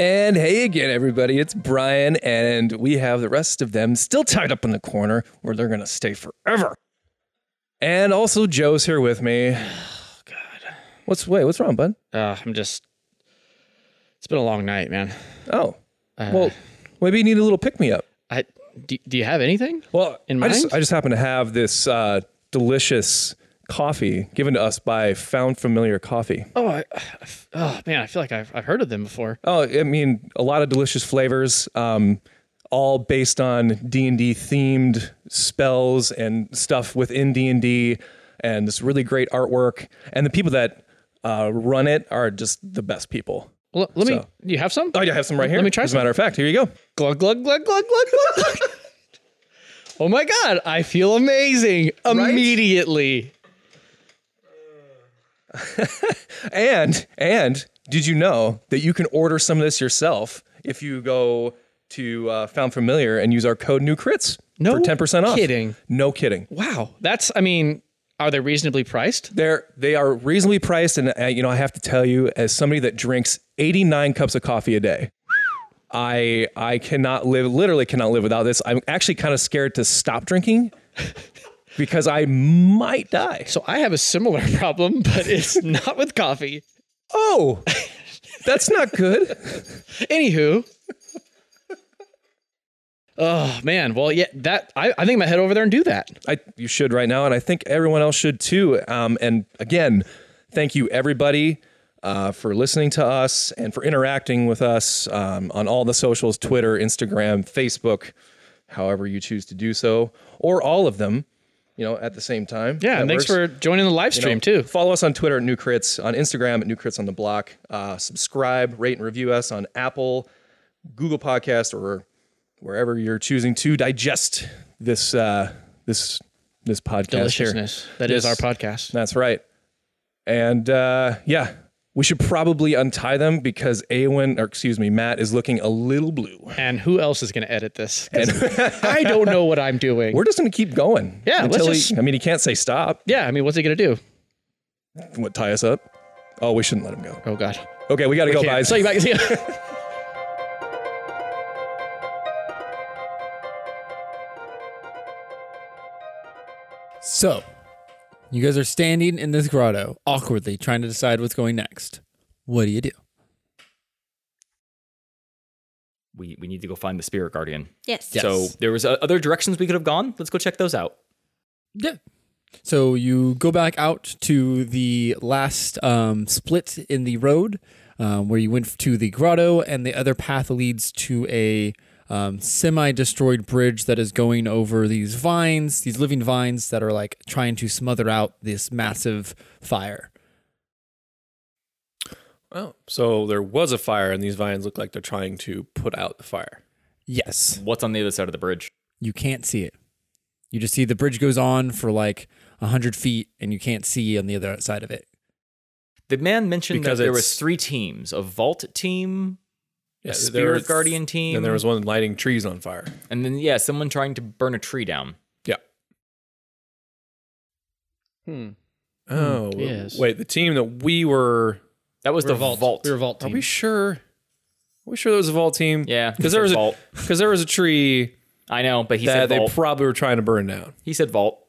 J: And hey again, everybody. It's Brian, and we have the rest of them still tied up in the corner where they're going to stay forever. And also, Joe's here with me. [sighs] God. What's, wait, what's wrong, bud?
G: Uh, I'm just. It's been a long night, man.
J: Oh.
G: Uh,
J: well, maybe you need a little pick me up.
G: I do, do you have anything?
J: Well,
G: In
J: I just,
G: mind?
J: I just happen to have this uh, delicious coffee given to us by Found Familiar Coffee.
G: Oh, I, oh man, I feel like I've, I've heard of them before.
J: Oh, I mean, a lot of delicious flavors, um, all based on D and D themed spells and stuff within D and D, and this really great artwork. And the people that uh, run it are just the best people.
G: Well, let me.
J: So-
G: Do you have some?
J: Oh, yeah, I have some right here.
G: Let me try
J: As a
G: some.
J: matter of fact, here you go.
G: Glug glug glug glug glug glug. [laughs] oh my god, I feel amazing immediately.
J: And and did you know that you can order some of this yourself if you go to uh, Found Familiar and use our code New Crits
G: No
J: for ten percent off?
G: kidding.
J: No kidding.
G: Wow, that's. I mean, are they reasonably priced?
J: They're they are reasonably priced, and uh, you know I have to tell you, as somebody that drinks eighty nine cups of coffee a day, I I cannot live literally cannot live without this. I'm actually kind of scared to stop drinking because I might die.
G: So I have a similar [laughs] problem, but it's [laughs] not with coffee.
J: Oh, that's not good.
G: Anywho. [laughs] Oh man, well yeah, that I, I think I'm gonna head over there and do that.
J: I you should right now, and I think everyone else should too. Um, and again, thank you everybody
C: uh, for listening to us and for interacting with us um, on all the socials Twitter, Instagram, Facebook, however you choose to do so, or all of them. You know, at the same time.
G: Yeah,
C: That
G: and thanks
C: works.
G: for joining the live
C: You
G: stream
C: know,
G: too.
C: Follow us on Twitter at New Crits, on Instagram at New Crits on the Block. Uh, subscribe, rate, and review us on Apple, Google Podcast, or wherever you're choosing to digest this uh, this this podcast.
G: Deliciousness.
C: here.
G: That is
C: This-
G: our podcast.
C: That's right. And uh, yeah, we should probably untie them because Awen, or excuse me, Matt is looking a little
G: [laughs]
C: blue.
G: And who else is going to edit this? 'Cause I don't know what I'm doing.
C: We're just gonna keep going.
G: Yeah, let's
C: until
G: just-
C: he, I mean, he can't say stop.
G: yeah, I mean, what's he going to do?
C: What tie us up? Oh, we shouldn't let him go.
G: Oh God.
C: Okay, we gotta go,
G: Can't.
C: guys.
G: So you back. See ya.
J: So, you guys are standing in this grotto, awkwardly trying to decide what's going next. What do you do?
F: We we need to go find the spirit guardian.
E: Yes.
J: Yeah.
F: So there was uh, other directions we could have gone. Let's go check those out.
J: Yeah. So you go back out to the last um, split in the road um, where you went to the grotto, and the other path leads to a um, semi destroyed bridge that is going over these vines, these living vines that are like trying to smother out this massive fire.
H: Oh, so there was a fire, and these vines look like they're trying to put out the fire.
J: Yes.
F: What's on the other side of the bridge?
J: You can't see it. You just see the bridge goes on for like 100 feet, and you can't see on the other side of it.
F: The man mentioned
H: Because
F: that there
H: it's-
F: was three teams: a vault team,
H: Yeah, there
F: a spirit
H: was-
F: guardian team,
H: And there was one lighting trees on fire.
F: and then yeah, someone trying to burn a tree down.
H: Yeah.
G: Hmm.
H: Oh,
G: yes.
H: wait. The team that we were.
F: That was
G: We're
F: the
G: a vault.
F: vault.
G: We're a vault
H: Are
G: team.
H: we sure? Are we sure that was a vault team? [laughs]
F: Yeah,
H: because there was a
F: vault.
H: because there was a tree
F: I know, but he
H: that
F: said
H: they
F: vault.
H: probably were trying to burn down.
F: he said vault.
H: [laughs]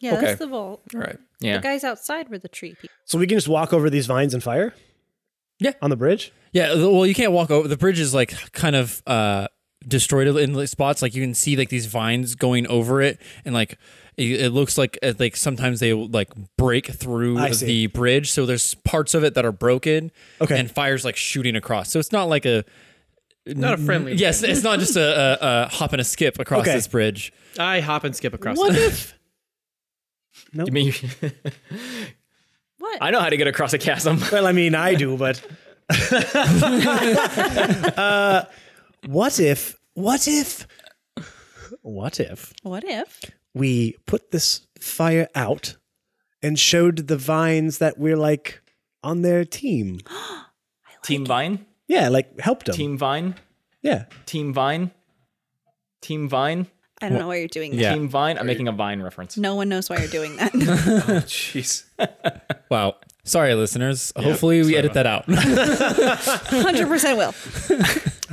E: Yeah,
H: Okay.
E: that's the vault.
H: All right.
F: Yeah.
E: The guys outside were the tree people.
A: So we can just walk over these vines and fire?
J: Yeah.
A: On the bridge?
J: Yeah, th- well, you can't walk over. The bridge is like kind of uh, destroyed in li- spots. Like you can see like these vines going over it, and like it, it looks like uh, like sometimes they like break through
A: I see.
J: the bridge. So there's parts of it that are broken.
A: Okay.
J: and fires like shooting across. So it's not like a
G: Not a friendly.
J: yes, it's not just a, a, a hop and a skip across
A: Okay.
J: this bridge.
G: I hop and skip across.
J: What
G: that.
J: if?
F: You mean
E: What?
F: I know how to get across a chasm.
A: [laughs] Well, I mean, I do, but. [laughs] Uh, what if, what if, what if
E: what if?
A: we put this fire out and showed the vines that we're like on their team?
F: [laughs] Team Vine,
A: Yeah, like helped them.
F: Team Vine,
A: Yeah.
F: Team Vine, Team Vine,
E: I don't know why you're doing that.
F: Team Vine. I'm making a Vine reference.
E: No one knows why you're doing that.
H: [laughs] Jeez.
J: Wow. Sorry, listeners. Hopefully, we edit that out.
E: 100% will.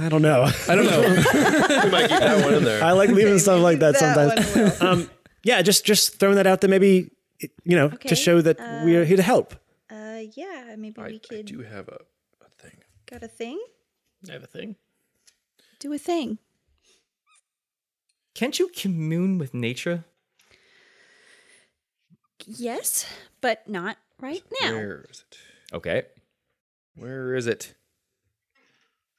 A: I don't know.
J: I
H: [laughs]
J: don't know.
H: we might keep that one in there.
A: I like leaving stuff like that, sometimes.
K: one will.
A: um, yeah, just just throwing that out there, maybe you know,
E: Okay,
A: to show that we're here to help.
E: [laughs] Uh, yeah, maybe we
H: I
E: could.
H: do have a, a thing.
E: Got a thing?
G: I have a thing.
E: Do a thing.
F: Can't you commune with nature?
E: Yes, but not right now.
H: Where is it?
F: Okay.
H: Where is it?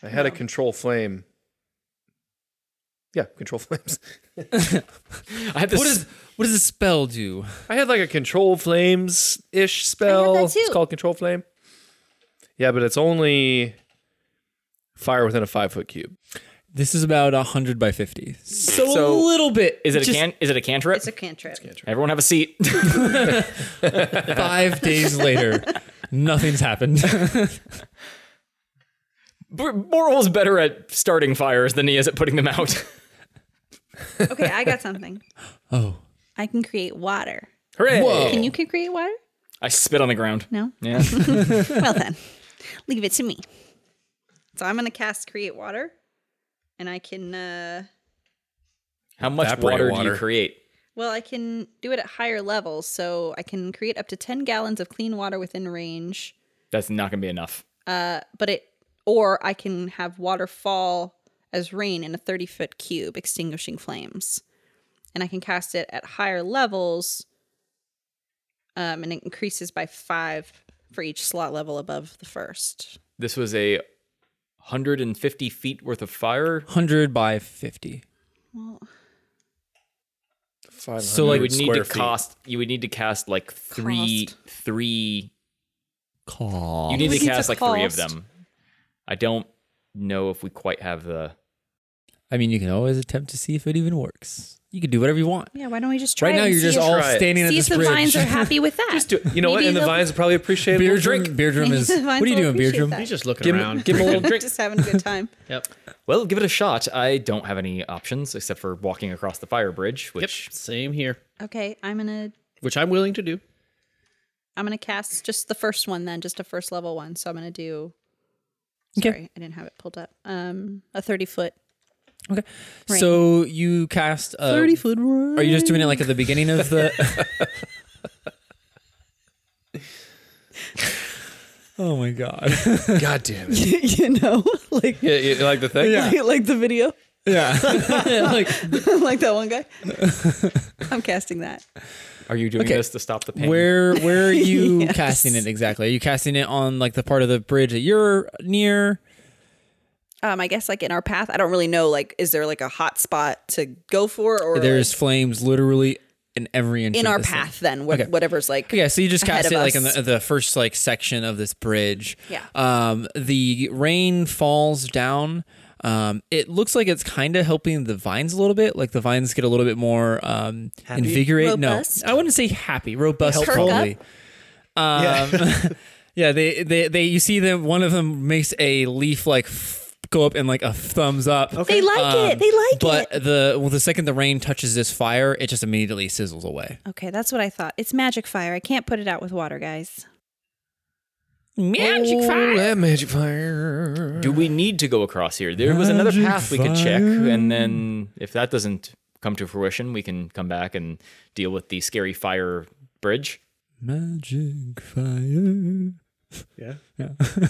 H: I had a control flame. Yeah, control [laughs]
C: [laughs]
H: flames.
F: I have this.
J: what is what does the spell do?
H: I had like a control flames ish spell. It's
E: too.
H: called control flame. Yeah, but it's only fire within a five foot cube.
J: This is about hundred by fifty. So,
F: So,
J: a little bit.
F: is it a
J: just
F: can? Is it a cantrip?
E: It's a cantrip.
F: Everyone have a seat. [laughs]
J: Five days later, [laughs] nothing's happened.
F: Moral's better at starting fires than he is at putting them out. [laughs]
E: okay, I got something.
J: oh,
E: I can create water.
F: Hooray!
E: Can you can create water?
F: I spit on the ground.
E: No?
F: [laughs] Yeah.
E: well then, leave it to me. So I'm going to cast create water and I can uh
F: How much
H: Evaporate
F: water, do you
H: water.
F: create?
E: well, I can do it at higher levels, so I can create up to 10 gallons of clean water within range.
F: That's not going to be enough.
E: Uh, but it or I can have water fall as rain in a 30 foot cube, extinguishing flames. And I can cast it at higher levels. Um, and it increases by five for each slot level above the first.
F: This was a 150 feet worth of fire.
D: 100 by 50.
F: So like, you would need to
C: square feet.
F: cost. You would need to cast like three,
E: Cost.
F: three.
D: Call.
F: You need
E: We
F: to
E: need to
F: cast like three of
E: cost.
F: them. I don't know if we quite have the.
D: I mean, you can always attempt to see if it even works. You can do whatever you want.
E: Yeah, why don't we just try
D: Right now,
E: and
D: you're
E: see
D: just
E: if-
D: all
C: Try it.
D: standing
E: see
D: at
E: if
D: this
E: the
D: bridge.
E: vines are
D: [laughs]
E: happy with that.
C: Do it. You know what?
E: Maybe
C: And the
E: they'll- [laughs]
C: vines will probably appreciate a little
D: Beardrum,
C: drink. [laughs]
D: Beardrum
E: Maybe
D: is.
E: the
D: What
E: [laughs] vines
D: are you
E: will
D: doing,
E: appreciate
D: Beardrum?
E: that.
G: He's just looking
C: Give him,
G: around.
C: give him a little drink.
E: Just having a good time.
G: [laughs] Yep.
F: Well, give it a shot. I don't have any options except for walking across the fire bridge,
G: Yep.
F: which
G: Same here,
E: okay, I'm gonna
G: which I'm willing to do.
E: I'm gonna cast just the first one then, just a first level one. So I'm gonna do.
D: Okay.
E: Sorry, I didn't have it pulled up. Um, a thirty foot.
D: Okay.
E: Right.
D: So you cast a thirty foot. Are you just doing it like at the beginning of
E: [laughs]
D: the? oh my god!
C: God damn
I: [laughs]
C: it.
I: you know, like
C: [laughs] Yeah, you like the
I: [laughs]
C: thing?
I: like the video, [laughs]
D: Yeah. like
I: like that one guy. I'm casting that.
F: are you doing
D: Okay.
F: this to stop the pain?
D: where where are you
E: [laughs]
D: casting it exactly? Are you casting it on like the part of the bridge that you're near?
I: Um, I guess like in our path, I don't really know. Like, is there like a hot spot to go for, or
D: There's
I: like,
D: flames literally in every inch
I: in
D: of
I: our
D: this thing.
I: path? Then wh-
D: Okay.
I: whatever's like.
D: Yeah, so you just
I: ahead
D: cast
I: of
D: it like in
I: us.
D: the, the first like section of this bridge.
I: Yeah.
D: Um, the rain falls down. Um, it looks like it's kind of helping the vines a little bit. Like the vines get a little bit more um, invigorated.
E: Robust?
D: No, I wouldn't say happy. Robust,
E: Perk up?
D: probably. Um, [laughs] yeah. They, they they you see them. One of them makes a leaf like f- go up and like a thumbs up. Um,
E: They like it. They like
D: but
E: it.
D: the well, the second the rain touches this fire, it just immediately sizzles away.
E: Okay, that's what I thought. It's magic fire. I can't put it out with water, guys.
D: Magic fire.
C: That magic fire.
F: Do we need to go across here? There was another path we could check, and then if that doesn't come to fruition, we can come back and deal with the scary fire bridge.
D: Magic fire.
A: Yeah.
D: [laughs]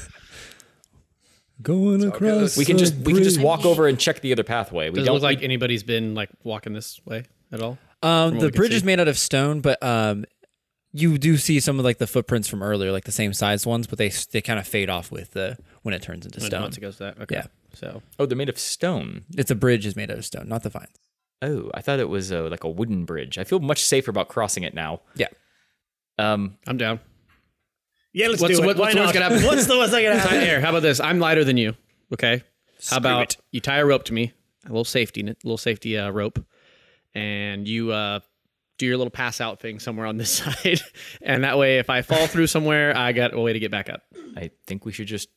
D: Going
C: across
F: We can just we can just walk over and check the other pathway. We
G: Does it
F: don't
G: look like anybody's been like walking this way at all?
D: Um,
G: what
D: the
G: we can
D: bridge
G: see.
D: is made out of stone, but um, you do see some of like the footprints from earlier, like the same size ones, but they they kind of fade off with the when it turns into stone.
G: Once it goes that. Okay.
D: Yeah.
G: So
F: oh, they're made of stone.
D: It's a bridge is made out of stone, not the vines.
F: Oh, I thought it was uh, like a wooden bridge. I feel much safer about crossing it now.
D: Yeah.
F: Um,
G: I'm down.
A: Yeah, let's
G: What's-
A: do it.
G: what-
A: Why
G: what's the worst
A: not?
G: gonna happen?
A: What's the worst that can
G: Ty-
A: happen?
G: Here, how about this? I'm lighter than you. Okay. How about you tie a rope to me, a little safety, net- little safety uh, rope, and you uh, do your little pass out thing somewhere on this [laughs] side, and that way, if I fall through somewhere, I got a way to get back up.
F: I think we should just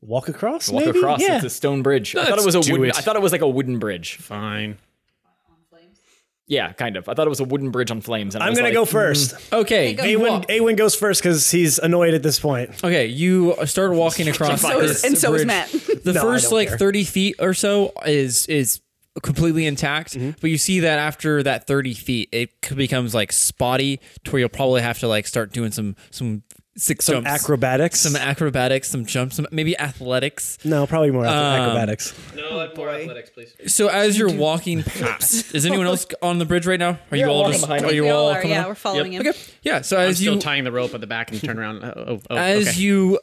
A: Walk across.
F: walk
A: maybe?
F: across.
A: Yeah.
F: It's a stone bridge. I thought it was a wooden. I thought it was like a wooden bridge.
G: Fine.
F: Yeah, kind of. I thought it was a wooden bridge on flames. And I
A: I'm
F: was
A: gonna
F: like, mm.
A: go first.
D: Okay. you walk-
A: Awen, Awen goes first because he's annoyed at this point.
J: Oh,
D: Okay, you start
I: [laughs]
D: walking across.
I: So is,
D: this
I: and so is
D: bridge.
I: Matt.
D: The
A: No, I
D: first
A: don't
D: like
A: care.
D: 30 feet or so is is completely intact, but you see that after that 30 feet, it c- becomes like spotty to where you'll probably have to like start doing some some six
A: Some
D: jumps,
A: acrobatics.
D: some acrobatics, some jumps, some maybe athletics.
A: no, probably more acrobatics.
G: No, more athletics, please.
D: So as you're
G: [laughs]
D: walking past, is anyone else on the bridge right now? Are you all just
E: I
D: are
E: think
D: you
E: we
D: all
E: are.
D: coming
E: Yeah,
D: up?
E: we're following him.
D: Okay. Yeah, so
G: I'm
D: as
G: still
D: you
G: tying the rope at the back and turn around. Oh, oh, oh,
D: as
G: okay.
D: you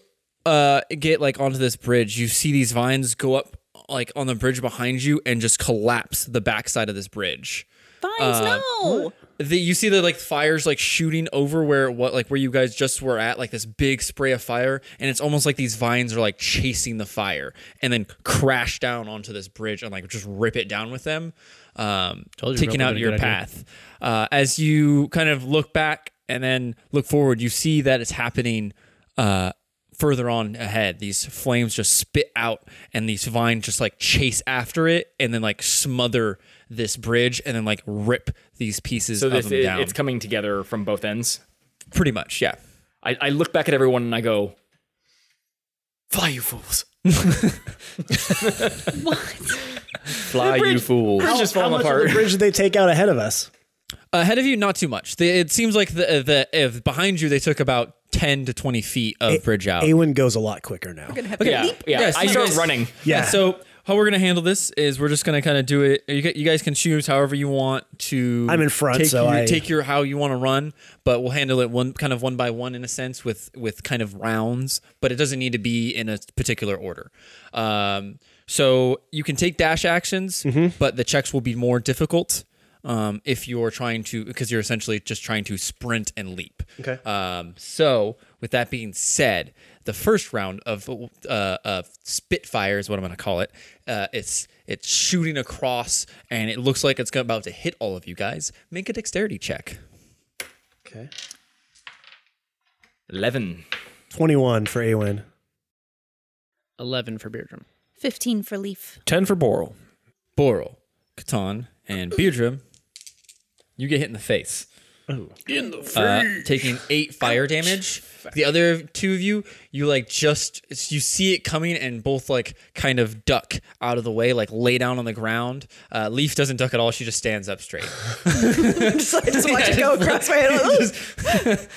D: uh get like onto this bridge you see these vines go up like on the bridge behind you and just collapse the backside of this bridge
A: Uh,
E: Vines, no.
D: the, you see the like fires like shooting over where what like where you guys just were at like this big spray of fire and it's almost like these vines are like chasing the fire and then crash down onto this bridge and like just rip it down with them um
G: Told you
D: taking
G: rope
D: out
G: would've
D: your
G: been a good idea.
D: path uh as you kind of look back and then look forward you see that it's happening uh further on ahead these flames just spit out and these vines just like chase after it and then like smother this bridge and then like rip these pieces
F: So
D: of
F: this
D: them
F: it-
D: down
F: it's coming together from both ends.
D: pretty much yeah
F: I, I look back at everyone and I go, "Fly, you fools! [laughs]
C: Fly, you fool.
F: Bridge is
A: How
F: falling
A: much
F: apart."
A: of the bridge did they take out ahead of us?
D: ahead of you not too much the, it seems like the, the if behind you they took about 10 to 20 feet of bridge out
A: Awen goes a lot quicker now.
F: yeah, yeah.
D: Yeah, so
F: I
D: you
F: start
D: guys-
F: running.
A: Yeah.
D: so Oh, how we're gonna handle this is we're just gonna kind of do it. You, gu- you guys can choose however you want to.
A: I'm in front,
D: take
A: so
D: your,
A: I-
D: take your how you want to run, but we'll handle it one kind of one by one in a sense with with kind of rounds, but it doesn't need to be in a particular order. Um, so you can take dash actions,
A: Mm-hmm.
D: but the checks will be more difficult. Um, if you're trying to, because you're essentially just trying to sprint and leap. Okay. Um, so, with that being said, the first round of uh, of Spitfire is what I'm going to call it. Uh, it's it's shooting across, and it looks like it's gonna- about to hit all of you guys. Make a dexterity check.
F: 11.
A: 21 for Awen.
G: 11 for Beardrum.
E: 15 for Leaf.
C: 10 for Boral.
D: Boral, Catan, and Beardrum, you get hit in the face. In the face. taking eight fire damage. The other two of you, you like just you see it coming and both like kind of duck out of the way, like lay down on the ground. Uh, Leaf doesn't duck at all; she just stands up straight.
I: just, I just watch it go across my head. Like, "Ooh."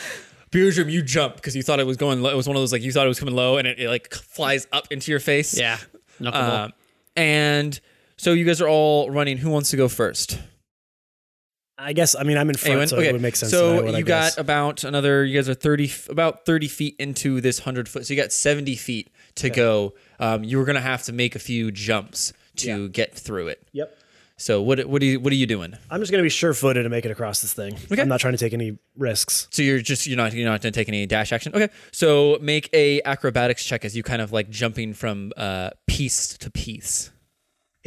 D: Beardrum, you jump because you thought it was going. low. It was one of those like you thought it was coming low, and it, it like flies up into your face.
G: Yeah. Knuckleball.
D: Um, and so you guys are all running. Who wants to go first?
A: [laughs] I guess, I mean, I'm in front,
D: Awen?
A: so
D: okay.
A: it would make sense.
D: So
A: that I would, I
D: you
A: guess.
D: got about another. You guys are thirty, f- about thirty feet into this hundred foot. So you got seventy feet to go. Um, you were gonna have to make a few jumps to get through it.
A: Yep.
D: So what what are you what are you doing?
A: I'm just going to be sure footed and make it across this thing. I'm not trying to take any risks.
D: So you're just you're not you're not gonna take any dash action. Okay. So make a acrobatics check as you kind of like jumping from uh, piece to piece.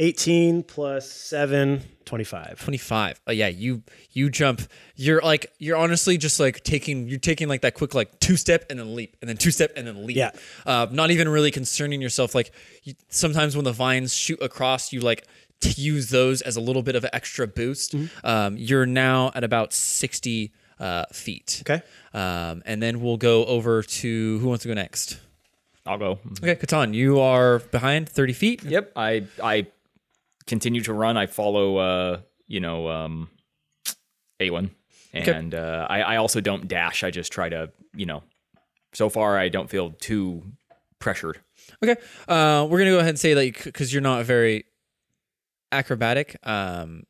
A: 18 plus 7, 25.
D: 25 oh yeah you you jump you're like you're honestly just like taking you're taking like that quick like two step and then leap and then two step and then leap
A: Yeah.
D: uh, not even really concerning yourself like you, sometimes when the vines shoot across you like t- use those as a little bit of an extra boost
A: Mm-hmm.
D: um, you're now at about 60 uh, feet
A: Okay.
D: um, and then we'll go over to who wants to go next
F: I'll go.
D: okay Katan you are behind 30 feet
F: Yep. I I continue to run. I follow uh, you know, um A1. And uh I, I also don't dash. I just try to, you know. So far I don't feel too pressured.
D: Okay. Uh, we're gonna go ahead and say like because you're not very acrobatic. Um,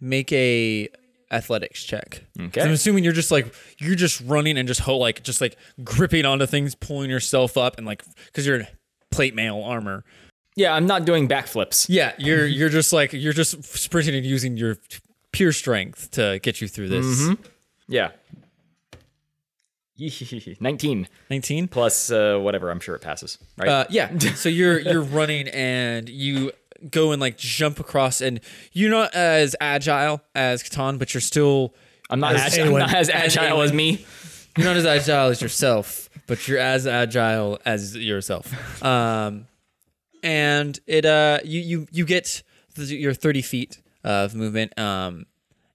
D: make a athletics check. 'Cause I'm
F: Okay.
D: assuming you're just like you're just running and just ho- like just like gripping onto things, pulling yourself up, and like because you're in plate mail armor.
F: Yeah, I'm not doing backflips.
D: Yeah, you're you're just like you're just sprinting and using your pure strength to get you through
C: Mm-hmm.
D: this.
F: Yeah. [laughs] 19
D: 19.
F: plus uh, whatever, I'm sure it passes, right?
D: Uh, yeah. So you're you're running and you go and like jump across, and you're not as agile as Catan, but you're still
F: I'm not as, I'm not as agile as me.
D: you're not as agile as yourself, but you're as agile as yourself. Um, and it uh you you you get the, your 30 feet of movement. Um,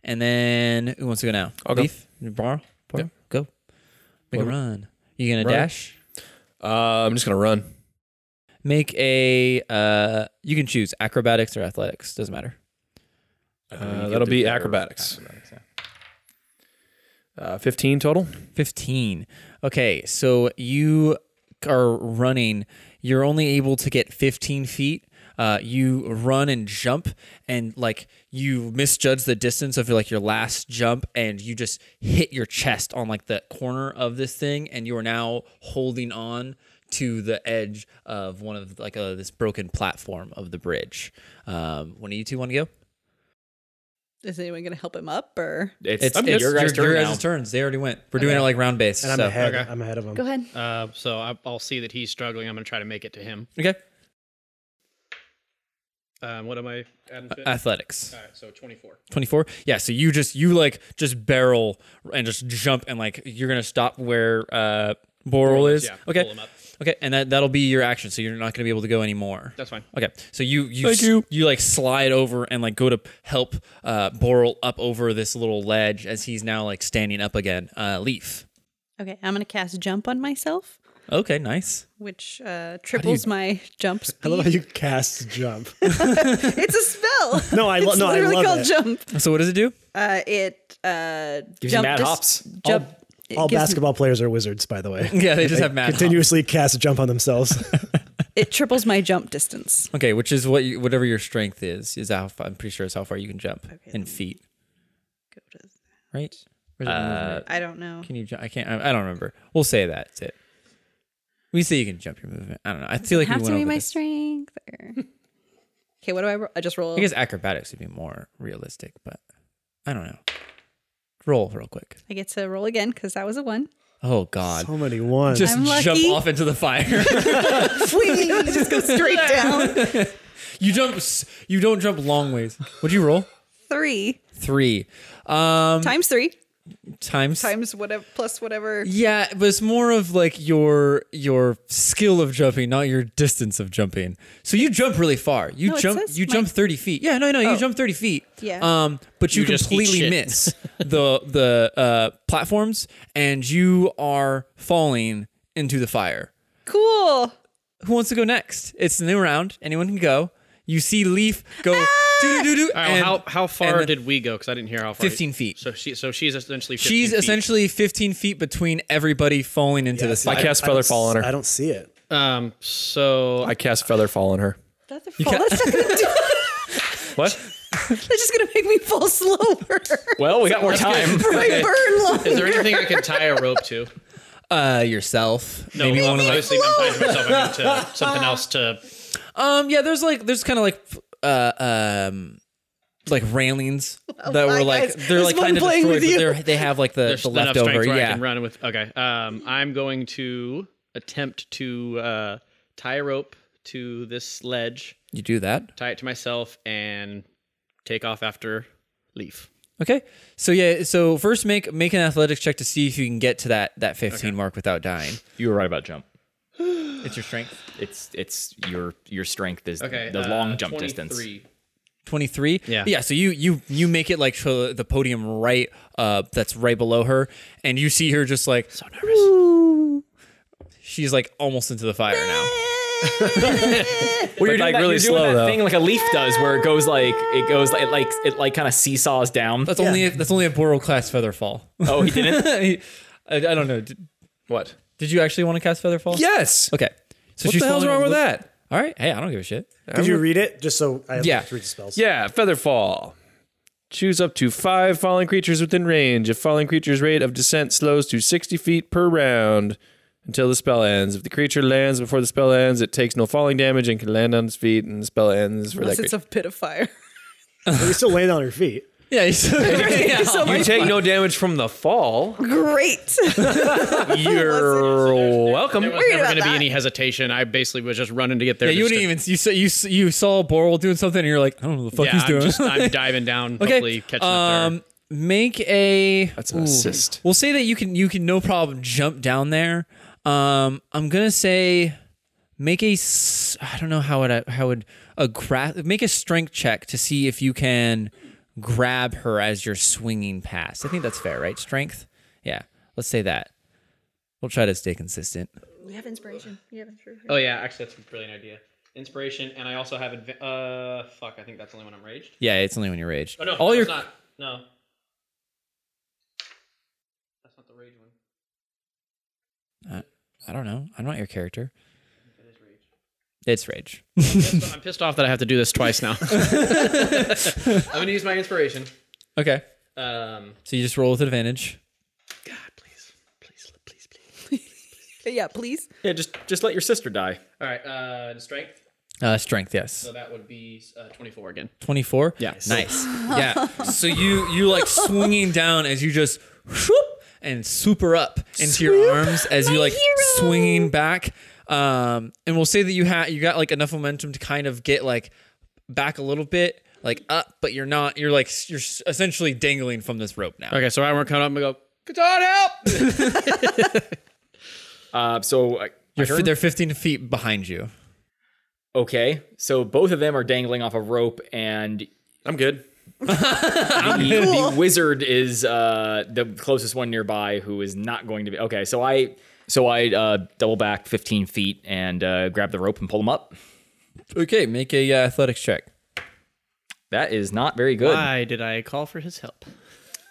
D: and then who wants to go now? I'll
C: go.
D: Leaf, borrow, borrow, go, make a run. You gonna
C: Run.
D: dash?
C: Uh, I'm just going to run.
D: Make a uh you can choose acrobatics or athletics, doesn't matter.
C: Uh, that'll be acrobatics. Uh, 15 total.
D: 15. Okay, so you are running. You're only able to get 15 feet. Uh, you run and jump, and like you misjudge the distance of like your last jump, and you just hit your chest on like the corner of this thing, and you are now holding on to the edge of one of like uh, this broken platform of the bridge. Um, when do you two want to go?
I: Is anyone gonna help him up or?
F: It's,
D: It's,
F: it's,
D: it's
F: your guys' turn
D: your
F: now.
D: guys' turns. They already went. We're doing it like round base.
A: And I'm
D: so.
A: ahead.
G: Okay.
A: I'm ahead of him.
E: Go ahead.
G: Uh, so I, I'll see that he's struggling. I'm going to try to make it to him.
D: Okay.
G: Um, what am I adding? to it?
D: Athletics.
G: All right, so 24.
D: 24 yeah so you just you like just barrel and just jump and like you're gonna stop where uh boral is
G: Yeah,
D: okay
G: pull him up.
D: okay and that that'll be your action so you're not gonna be able to go anymore
G: That's fine.
D: okay so you you s- you. like slide over and like go to help uh boral up over this little ledge as he's now like standing up again uh leaf
E: Okay, I'm gonna cast jump on myself,
D: okay nice
I: Which uh, triples my jump
A: [laughs] I
I: speed.
A: love how you cast jump.
I: [laughs] it's a spell.
A: [laughs] No, I lo-
I: it's
A: no, I
I: literally
A: love
I: called
A: it.
I: jump.
D: so what does it do [laughs]
I: Uh, it uh,
F: Gives you
I: jump
F: mad
I: dis-
F: hops.
I: Jump. it
A: All
I: gives me-
C: [laughs]
A: basketball players are wizards, by the way.
D: yeah they just have
A: [laughs]
D: mad
A: Continuously cast jump on themselves.
I: It triples my jump distance.
D: Okay, which is what you, whatever your strength is is how fa- I'm pretty sure is how far you can jump in feet. Right? Or is it movement?
I: I don't know.
D: can you? ju- I can't. I, I don't remember. We'll say that's it. We say you can jump your movement. I don't know. I feel like we
E: have
D: went
E: to be
D: over
E: my
D: this.
E: strength. Or...
I: Okay, what do I roll? I just roll.
D: I guess acrobatics would be more realistic, but I don't know. Roll real quick.
I: I get to roll again because that was a one.
D: Oh God!
A: So many ones.
D: Just
E: I'm
D: jump
E: lucky.
D: off into the fire.
I: [laughs] just go straight down.
D: you jump. s- You don't jump long ways. What'd you roll?
I: Three
D: Three. Um,
I: times three
D: times.
I: times whatever plus whatever.
D: Yeah, but it's more of like your your skill of jumping, not your distance of jumping. So you jump really far. You
I: No, it
D: jump.
I: says
D: You
I: my- Oh.
D: jump thirty feet. Yeah, no, no, you jump thirty feet.
I: Yeah.
D: Um, [laughs] but you,
G: You just eat
D: completely [laughs]
G: shit.
D: miss the the uh, platforms, and you are falling into the fire.
I: Cool.
D: Who wants to go next? It's a new round. Anyone can go. You see Leaf go doo doo doo doo.
G: All right, well,
D: and
G: how how
D: and
G: far
D: then-
G: did we go? Because I didn't hear how far.
D: 15 feet.
G: So she so she's essentially 15
D: She's
G: feet.
D: essentially fifteen feet between everybody falling into the
C: I
D: side.
C: cast feather fall on her.
A: I don't see it.
G: um. So
C: I cast feather fall on her.
I: Ah! That's, a fall. That's, not gonna do,
C: What?
I: that's just gonna make me fall slower.
F: Well, we got more time.
I: [laughs] I burn longer.
G: is there anything I can tie a rope to?
D: Uh, yourself. [laughs]
G: No,
D: Maybe one of
G: obviously I'm tying to myself. I mean, to something else to.
D: Um, yeah, there's like there's kind of like uh um like
I: [laughs]
D: railings that
I: Oh my
D: were like
I: guys,
D: they're
I: this
D: like
I: one
D: kind of
I: playing
D: destroyed,
I: with
D: but
I: you.
D: they're, they have like the,
G: There's
D: the
G: enough strength
D: leftover.
G: where I
D: Yeah,
G: can run with. Okay. Um, I'm going to attempt to uh, tie a rope to this ledge,
D: you do that.
G: tie it to myself, and take off after Leaf.
D: Okay, so yeah, so first make make an athletics check to see if you can get to that that 15 mark without dying.
F: You were right about jump.
D: It's your strength.
F: It's it's your your strength is
G: Okay.
F: the
G: uh,
F: long jump distance.
G: 23.
D: 23
G: Yeah.
D: yeah so you you you make it like to the podium right uh that's right below her and you see her just like so nervous she's like almost into the fire now
F: Well, you're
C: But, like,
F: doing
C: really
F: that, you're doing
C: slow,
F: that
C: though.
F: thing like a leaf does, where it goes like it goes like it like it like kind of seesaws down.
D: that's only if, that's only a Boro class feather fall
F: Oh, he didn't.
D: I, I don't know. Did,
C: What?
D: did you actually want to cast Featherfall?
C: Yes.
D: Okay. So
C: What the hell's wrong with that?
D: All right. Hey, I don't give a shit.
A: Did you read it? Just so I have
D: Yeah.
A: to read the spells.
C: Yeah, feather fall. Choose up to five falling creatures within range. If falling creature's rate of descent slows to 60 feet per round until the spell ends. If the creature lands before the spell ends, it takes no falling damage and can land on its feet, and the spell ends for
I: Unless
C: that
I: it's a pit of fire.
A: But you still land on your feet.
D: Yeah. [laughs]
I: [laughs]
D: He's, yeah.
C: creature. You take no damage from the fall.
I: Great.
C: You're welcome.
G: There was never
I: about
G: going to be
I: that.
G: any hesitation. I basically was just running to get there.
D: Yeah, you
G: just
D: didn't even
G: to-
D: you saw you s- you saw Boral doing something and you're like I don't know what the fuck
G: Yeah,
D: he's
G: I'm
D: doing.
G: just
D: [laughs]
G: I'm diving down. Hopefully catching up
D: um, make a
C: That's an assist.
D: We'll say that you can you can no problem jump down there. Um, I'm gonna say make a s- I don't know how would I how would a gra- make a strength check to see if you can grab her as you're swinging past. I think that's fair, right? Strength. Yeah, let's say that. We'll try to stay consistent.
G: there. Oh yeah, actually that's a brilliant idea. Inspiration, and I also have adva- uh fuck. I think that's the only when I'm raged.
D: Yeah, it's only when you're raged.
G: Oh no,
D: all
G: that's
D: your
G: not. No, that's not the rage one.
D: I don't know. I'm not your character. It's rage.
G: [laughs] I'm pissed off that I have to do this twice [laughs] now. I'm gonna use my inspiration.
D: Okay,
G: Um,
D: so you just roll with advantage.
I: [laughs] yeah, please.
F: [laughs] Yeah, just just let your sister die.
G: all right, uh, strength.
D: Uh, strength, yes.
G: So that would be uh, 24 again.
D: 24 yeah nice yeah so you you like swinging down as you just whoop and super up into your arms as you like swinging back um and we'll say that you had you got like enough momentum to kind of get like back a little bit like up but you're not you're like s- you're s- essentially dangling from this rope now
G: Okay, so I'm gonna come up and go. Katana, help!
F: Uh, so uh,
D: you're f- they're 15 feet behind you
F: okay, so both of them are dangling off a rope, and
C: I'm
F: [laughs]
C: good.
F: the, the wizard is uh, the closest one nearby who is not going to be okay. So I so I uh, double back 15 feet and uh, grab the rope and pull him up.
D: okay make a uh, athletics check
F: That is not very good.
G: Why did I call for his help?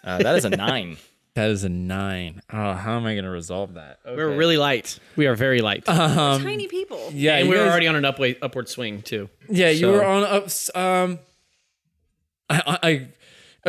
F: Uh, that is a nine.
D: That is a nine. Oh, how am I going to resolve that?
G: We're really light. We are very light.
I: Tiny people.
D: Yeah,
G: and
D: you
G: we were
D: guys-
G: already on an upway, upward swing too.
D: Yeah, you
G: So-
D: were on ups. Um, I, I, I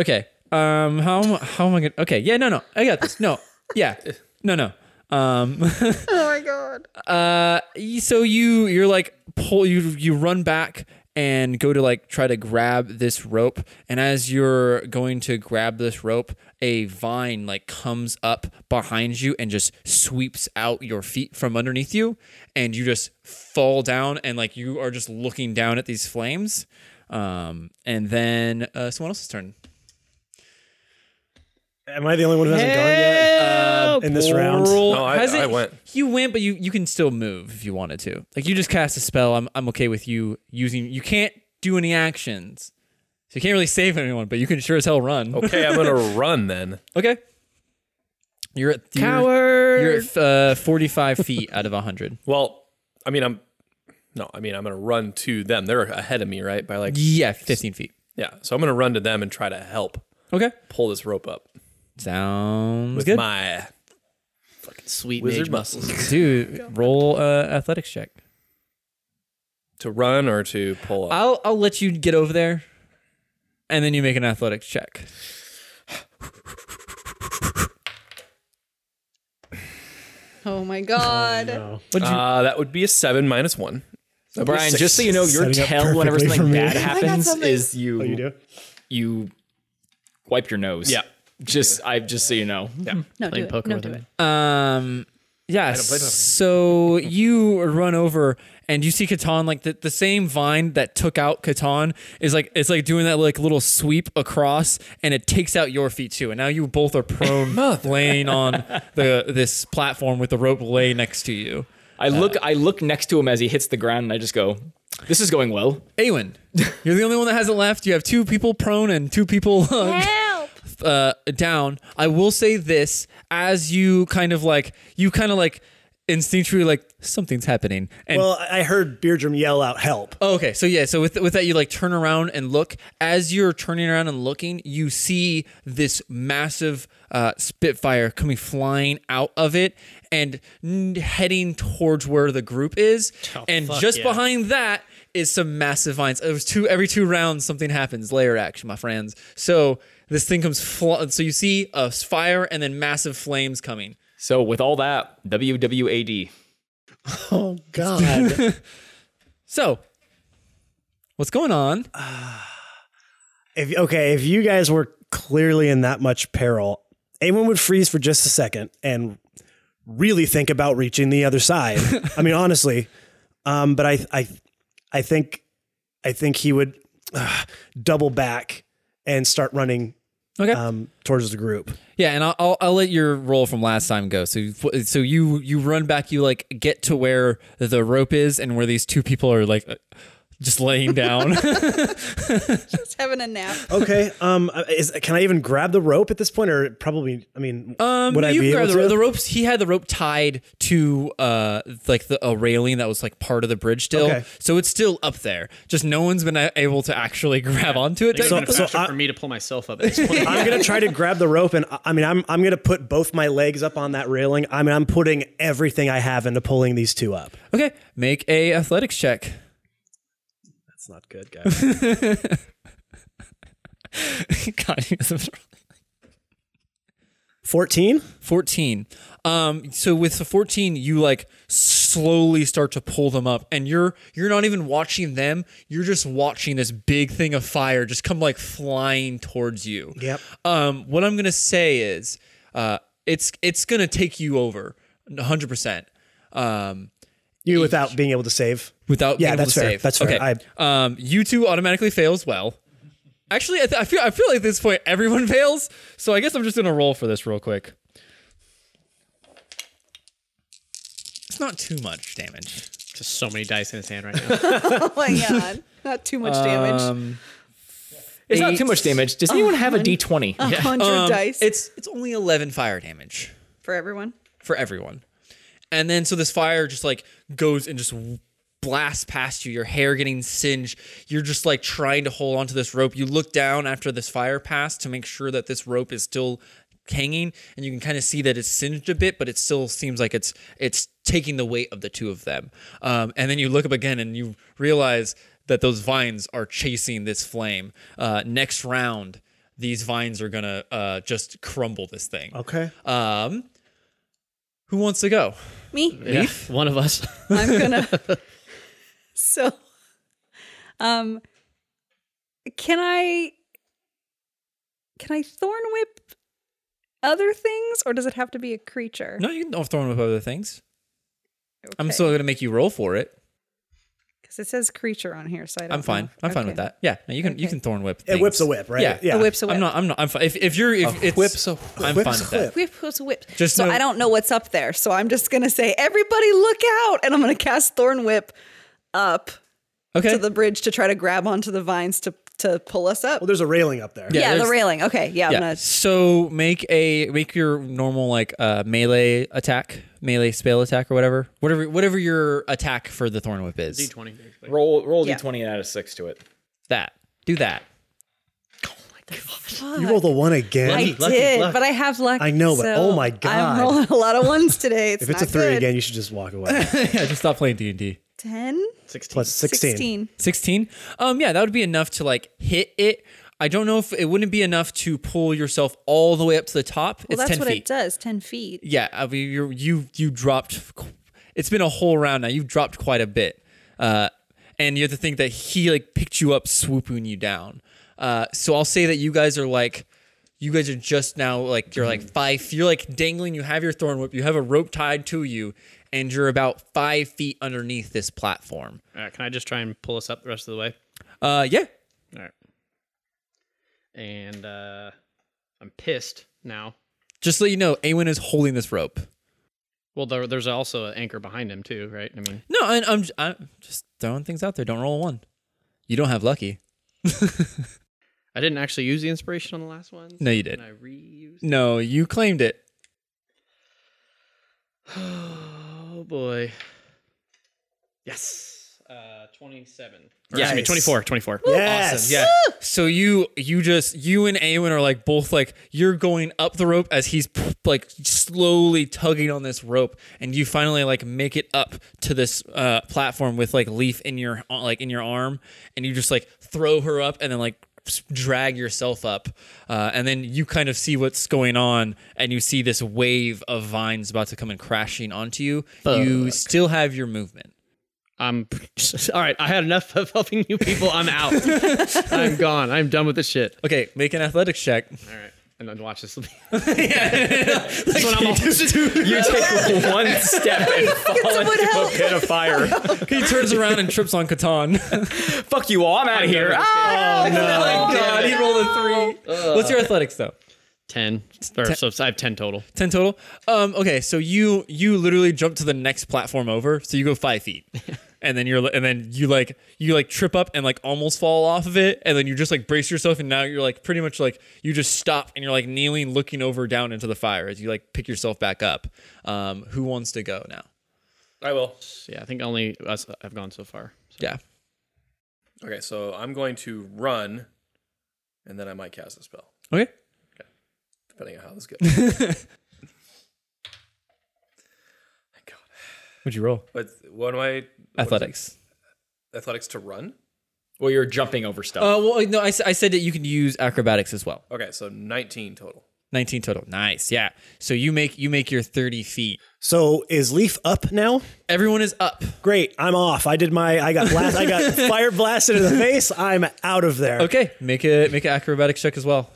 D: okay. Um, how am how am I gonna? Okay, yeah, no, no, I got this. No, yeah, no, no. Um, [laughs]
I: Oh my god.
D: uh, y- so you you're like pull you you run back and go to like try to grab this rope, and as you're going to grab this rope, a vine like comes up behind you and just sweeps out your feet from underneath you, and you just fall down and like you are just looking down at these flames. Um, and then uh, someone else's turn.
A: Am I the only one who hasn't gone yet? uh, in this round?
D: Roll-
C: No, I-
D: has
C: I went.
D: You went, but you, you can still move if you wanted to. Like you just cast a spell. I'm I'm okay with you using. You can't do any actions, so you can't really save anyone. But you can sure as hell run.
C: Okay, I'm gonna [laughs] run then.
D: Okay. You're at you're- You're at uh, 45 [laughs] feet out of 100.
C: Well, I mean, I'm no, I mean, I'm gonna run to them. They're ahead of me, right? By like,
D: Yeah, 15 feet.
C: yeah. So I'm gonna run to them and try to help
D: Okay.
C: pull this rope up
D: Sounds
C: with
D: good,
C: my
G: Sweet
C: wizard
G: wizard
C: muscles
D: dude. Roll uh, athletics check.
C: to run or to pull up.
D: I'll I'll let you get over there, and then you make an athletics check.
I: Oh my god.
D: What'd you?
C: Uh, that would be a seven minus one.
F: So Brian, just so you know, your
A: Setting up
F: tell whenever
A: perfectly
F: something
A: for me.
F: bad
A: I
F: happens is you
A: Oh, you do?
F: you wipe your nose.
C: Yeah.
F: Just I just so you know.
E: No, do
G: playing
E: it.
G: poker
E: no,
G: with
E: do
G: him.
E: it.
D: Um, yeah. So you run over and you see Catan like the, the same vine that took out Catan is like it's like doing that like little sweep across and it takes out your feet too. And now you both are prone laying on the this platform with the rope lay next to you.
F: [laughs] I look I look next to him as he hits the ground and I just go, This is going well.
D: Awen, you're the only one that hasn't left. You have two people prone and two people [laughs]
I: Help.
D: uh, down. I will say this: as you kind of like, you kind of like instinctually like something's happening, and
A: Well, I I heard Beardrum yell out help.
D: Oh, okay, so yeah, so with with that, you like turn around and look. As you're turning around and looking, you see this massive uh, Spitfire coming flying out of it and n- heading towards where the group is. and just behind that is some massive vines. It was two every two rounds something happens. Layer action, my friends. So this thing comes. Fl- so you see a s- fire and then massive flames coming.
F: So with all that, WWAD.
A: Oh [laughs] God!
D: So what's going on?
A: if, okay, if you guys were clearly in that much peril, anyone would freeze for just a second and really think about reaching the other
D: [laughs]
A: side. I mean, honestly, um, but I, I, I think, I think he would uh, double back and start running
D: Okay.
A: um, towards the group.
D: Yeah, and I'll, I'll I'll let your roll from last time go. So you- so you you run back, you like get to where the rope is and where these two people are like uh, just laying down.
I: Just having a nap.
A: Okay. Um, is, can I even grab the rope at this point, or probably? I mean,
D: um,
A: would I
D: you
A: be
D: grab
A: able
D: the, ro-
A: to?
D: the ropes? He had the rope tied to uh like the a railing that was like part of the bridge still,
A: Okay.
D: so it's still up there. Just no one's been a- able to actually [laughs] grab onto it.
A: So-
G: So,
A: so
G: faster
A: I-
G: for me to pull myself up at this point. [laughs]
A: I'm gonna try to grab the rope, and I- I mean, I'm I'm gonna put both my legs up on that railing. I mean, I'm putting everything I have into pulling these two up.
D: okay, make a athletics check.
A: That's not good, guys.
D: [laughs] God, you guys are-
A: Fourteen.
D: 14 um so with the 14 you like slowly start to pull them up and you're you're not even watching them you're just watching this big thing of fire just come like flying towards you
A: Yep.
D: um what i'm gonna say is uh it's it's gonna take you over 100% um
A: You without being able to save.
D: without
A: Yeah,
D: being able
A: that's
D: to
A: fair.
D: save.
A: That's fair.
D: Okay. Um, you two automatically fail as well. Actually, I, th- I feel I feel like at this point
J: [laughs]
D: everyone fails. So I guess I'm just gonna roll for this real quick. It's not too much damage.
G: Just so many dice in his hand right now.
I: Oh my god. Not too much damage.
J: Um,
F: It's not too much damage. Does anyone have a D twenty?
E: Uh,
I: A hundred
J: Um,
I: dice
D: It's it's only eleven fire damage
I: for everyone.
D: for everyone, and then so this fire just like goes and just blasts past you. Your hair getting singed. You're just like trying to hold onto this rope. You look down after this fire passed to make sure that this rope is still
J: hanging, and you can kind of see that it's singed a bit, but it still seems like it's it's taking the weight of the two of them. Um, and then you look up again, and you realize that those vines are chasing this flame. Uh, next round, these vines are gonna uh, just crumble this thing.
A: Okay.
J: Um, who wants to go?
E: Me?
G: Yeah, one of us.
E: I'm gonna.
J: [laughs]
E: so, um, can I? Can I thorn whip other things, or does it have to be a creature?
J: No, you can throw him with other things. I'm
E: Okay.
J: still gonna make you roll for it.
E: Because it says creature on here, so I don't
J: I'm fine.
E: know.
J: I'm fine with
E: Okay.
J: that. Yeah, no, you can you
E: Okay.
J: can thorn whip.
A: It
J: things.
A: whips a whip, right?
J: Yeah,
A: Yeah.
E: It whips a whip.
J: I'm not. I'm not. I'm fine. If, if you're if it's
C: whip's a
J: I'm
A: whip's
J: fine
A: a
J: with that.
A: whip.
E: Whip, whip, whip.
J: Just
E: so
J: know-
E: I don't know what's up there, so I'm just gonna say, everybody, look out! And I'm gonna cast Thorn Whip up
J: Okay.
E: to the bridge to try to grab onto the vines to to pull us up.
A: Well, there's a railing up there.
E: yeah, the
J: there's-
E: railing. Okay, yeah, I'm
J: yeah.
E: gonna
J: So make a make your normal like uh, melee attack, melee spell attack or whatever, whatever whatever your attack for the thorn whip is.
G: D20. basically.
F: Roll roll
E: Yeah.
F: d20 and add a six to it.
J: That do that.
A: You roll the one again.
E: I did, but I have luck.
A: I know, but
E: so
A: oh my God.
E: I'm rolling a lot
A: [laughs]
E: of ones today. It's
A: if it's a
E: not
A: three
E: good.
A: again, you should just walk
J: [laughs]
A: away.
J: yeah, just stop playing D and D.
E: 10,
A: Plus 16.
E: 16.
J: 16 um yeah that would be enough to like hit it i don't know if it wouldn't be enough to pull yourself all the way up to the top
E: Well,
J: it's
E: that's
J: 10
E: what
J: feet
E: it does.
A: [laughs]
E: Ten feet.
J: yeah I mean, you you you dropped qu- it's been a whole round now you've dropped quite a bit uh and you have to think that he like picked you up swooping you down uh so i'll say that you guys are like you guys are just now like you're like five you're like dangling you have your thorn whip you have a rope tied to you and you're about five feet underneath this platform
G: All right, can I just try and pull us up the rest of the way?
J: uh yeah
G: All right. And uh, I'm pissed now.
J: Just to let you know, Awen is holding this rope.
G: Well, there, there's also an anchor behind him too, right? I mean,
J: No, and I'm, I'm just throwing things out there. Don't roll a one. You don't have lucky.
G: I didn't actually use the inspiration on the last one.
J: No, you
G: Can
J: did.
G: I reuse?
J: No, you claimed it.
G: [sighs] Oh boy. Yes. Uh, 27. Or,
J: Yes.
G: excuse me, 24. 24.
A: Yes.
J: Awesome. Yeah. So you you just you and Awen are like both like you're going up the rope as he's like slowly tugging on this rope, and you finally like make it up to this uh, platform with like leaf in your like in your arm, and you just like throw her up and then like s- drag yourself up, uh, and then you kind of see what's going on, and you see this wave of vines about to come and crashing onto you. You still have your movement.
G: I'm [laughs] all right. I had enough of helping you people. I'm out. I'm gone. I'm done with this shit.
J: Okay, make an athletics check.
G: All
J: [laughs]
G: right. And then watch this. [laughs]
F: You take one step and fall
E: someone
F: into a
E: help.
F: pit of fire.
J: He turns around and trips on Catan.
F: Fuck you all. I'm out of here. Ah!
A: Oh.
J: my god, he rolled a three. What's your athletics though?
G: 10. Or, so I have 10 total.
J: Ten total. Um, okay, so you you literally jump to the next platform over, so you go five [laughs] feet, and then you're and then you like you like trip up and like almost fall off of it, and then you just like brace yourself, and now you're like pretty much like you just stop and you're like kneeling, looking over down into the fire as you like pick yourself back up. Um, who wants to go now?
F: I will.
G: So, yeah, I think only us have gone so far.
J: Yeah.
C: Okay, so I'm going to run, and then I might cast a spell,
J: Okay.
C: depending on how this goes. Thank God.
J: What'd you roll?
C: But what am I?
J: Athletics.
C: Athletics to run?
F: Well, you're jumping over stuff.
J: Uh, well, no, I, s- I said that you can use acrobatics as well.
C: Okay, so 19 total.
J: 19 total. Nice. Yeah. So you make you make your 30 feet.
A: So is Leaf up now?
J: Everyone is up.
A: Great. I'm off. I did my. I got blast. I
J: [laughs]
A: got fire blasted in the face. I'm out of there.
J: Okay. Make a make an acrobatics check as well.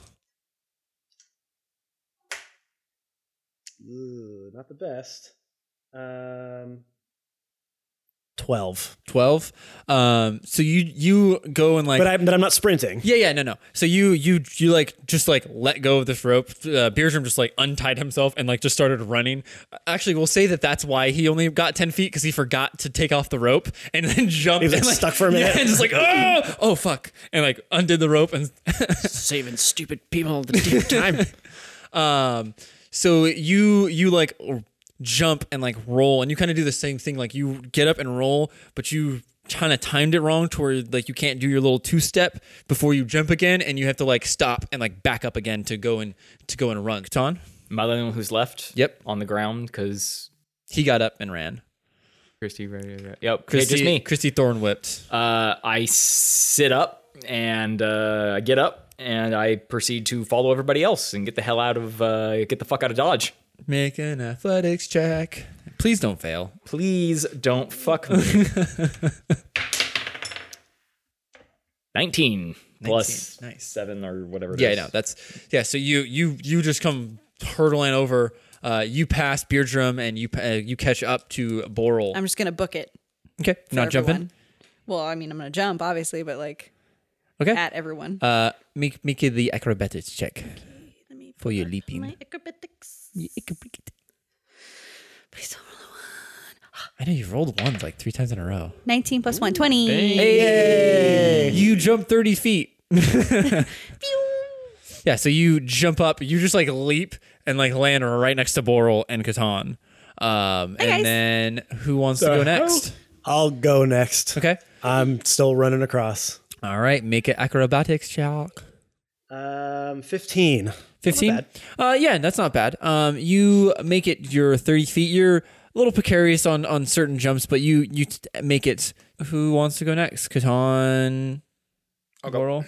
A: Ooh, not the best. Um, twelve.
J: 12. Um so you you go and like
A: but I'm but I'm not sprinting.
J: Yeah, yeah, no, no. So you you you like just like let go of this rope. Uh, Beardrum just like untied himself and like just started running. Actually, we'll say that that's why he only got ten feet because he forgot to take off the rope and then [laughs] jumped.
A: He was, like,
J: and,
A: stuck for a minute.
J: [laughs] Yeah, and just like oh oh fuck and like undid the rope and [laughs]
G: Saving stupid people the damn [laughs] time.
J: Um, so you you like r- jump and like roll, and you kind of do the same thing. Like you get up and roll, but you kind of timed it wrong to where like you can't do your little two step before you jump again, and you have to like stop and like back up again to go and to go and run. Katon,
F: Am I the only one who's left?
J: Yep.
F: On the ground because
J: he got up and ran.
F: Christy. right, right, right. Yep. Okay,
J: Christy,
F: just me.
J: Christy Thorn whipped.
F: Uh, I sit up and uh, I get up and I proceed to follow everybody else and get the hell out of uh, get the fuck out of Dodge.
J: Make an athletics check. Please don't fail.
F: Please don't fuck me. [laughs] 19, plus
J: nice.
F: 7 or whatever it
J: Yeah, I
F: is.
J: know. That's yeah. So you you you just come hurtling over. Uh, you pass Beardrum and you pa- uh, you catch up to Boral.
L: I'm just gonna book it.
J: okay,
L: for
J: not jumping.
L: everyone. Well, I mean, I'm gonna jump, obviously, but like
J: Okay.
L: at everyone.
J: Uh, make make it the acrobatics check
L: Let me
J: for your
L: put
J: leaping.
L: My acrobatics. Please don't roll a one.
J: I know you've rolled ones like three times in a row.
L: 19 plus 1, 20.
J: You jump 30
L: [laughs]
J: feet. [laughs] yeah, so you jump up, you just like leap and like land right next to Boral and Catan.
L: guys.
J: Um, and then who wants to go next?
A: I'll go next.
J: Okay.
A: I'm still running across.
J: All right, make it acrobatics check.
A: Um, 15.
J: 15 uh yeah that's not bad um you make it your 30 feet you're a little precarious on on certain jumps but you you t- make it who wants to go next Catan I'll go. Boral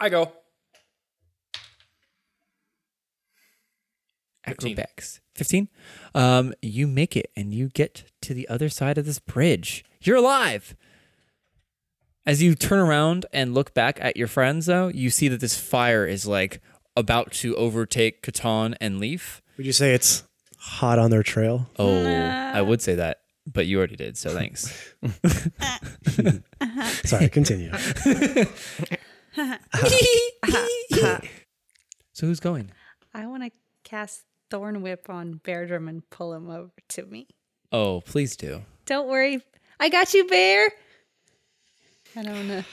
F: I go.
J: acrobatics 15 um you make it and you get to the other side of this bridge you're alive as you turn around and look back at your friends though you see that this fire is like about to overtake Catan and Leaf
A: Would you say it's hot on their trail?
J: oh I would say that but you already did so thanks
A: Sorry, continue.
J: so who's going
E: I want to cast Thorn Whip on Beardrum and pull him over to me.
J: Oh, please do.
E: Don't worry. I got you, Bear. I don't want to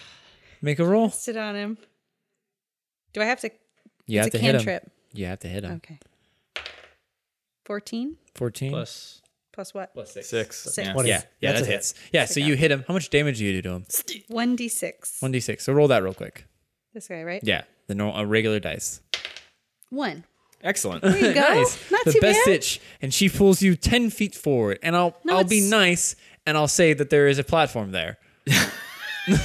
J: Make a roll.
E: sit on him. Do I have to?
J: You
E: it's
J: have
E: a
J: to hit him.
E: cantrip.
J: You have to hit him.
E: Okay. 14
J: 14.
G: Plus,
E: plus what?
F: Plus 6. 6.
E: Six.
F: Yeah.
A: 20.
J: Yeah, yeah, that's, hits. Yeah, so you hit him. How much damage do you do to him?
E: 1d6.
J: 1d6. So roll that real quick.
E: This guy, right?
J: Yeah, the normal, a regular dice.
E: One.
L: [laughs]
F: Excellent.
E: There you go. Oh, Not
J: the
E: too
J: best
E: bad.
J: itch, and she pulls you 10 feet forward. And I'll I'll be
E: it's-
J: nice, and I'll say that there is a platform there.
E: Yay.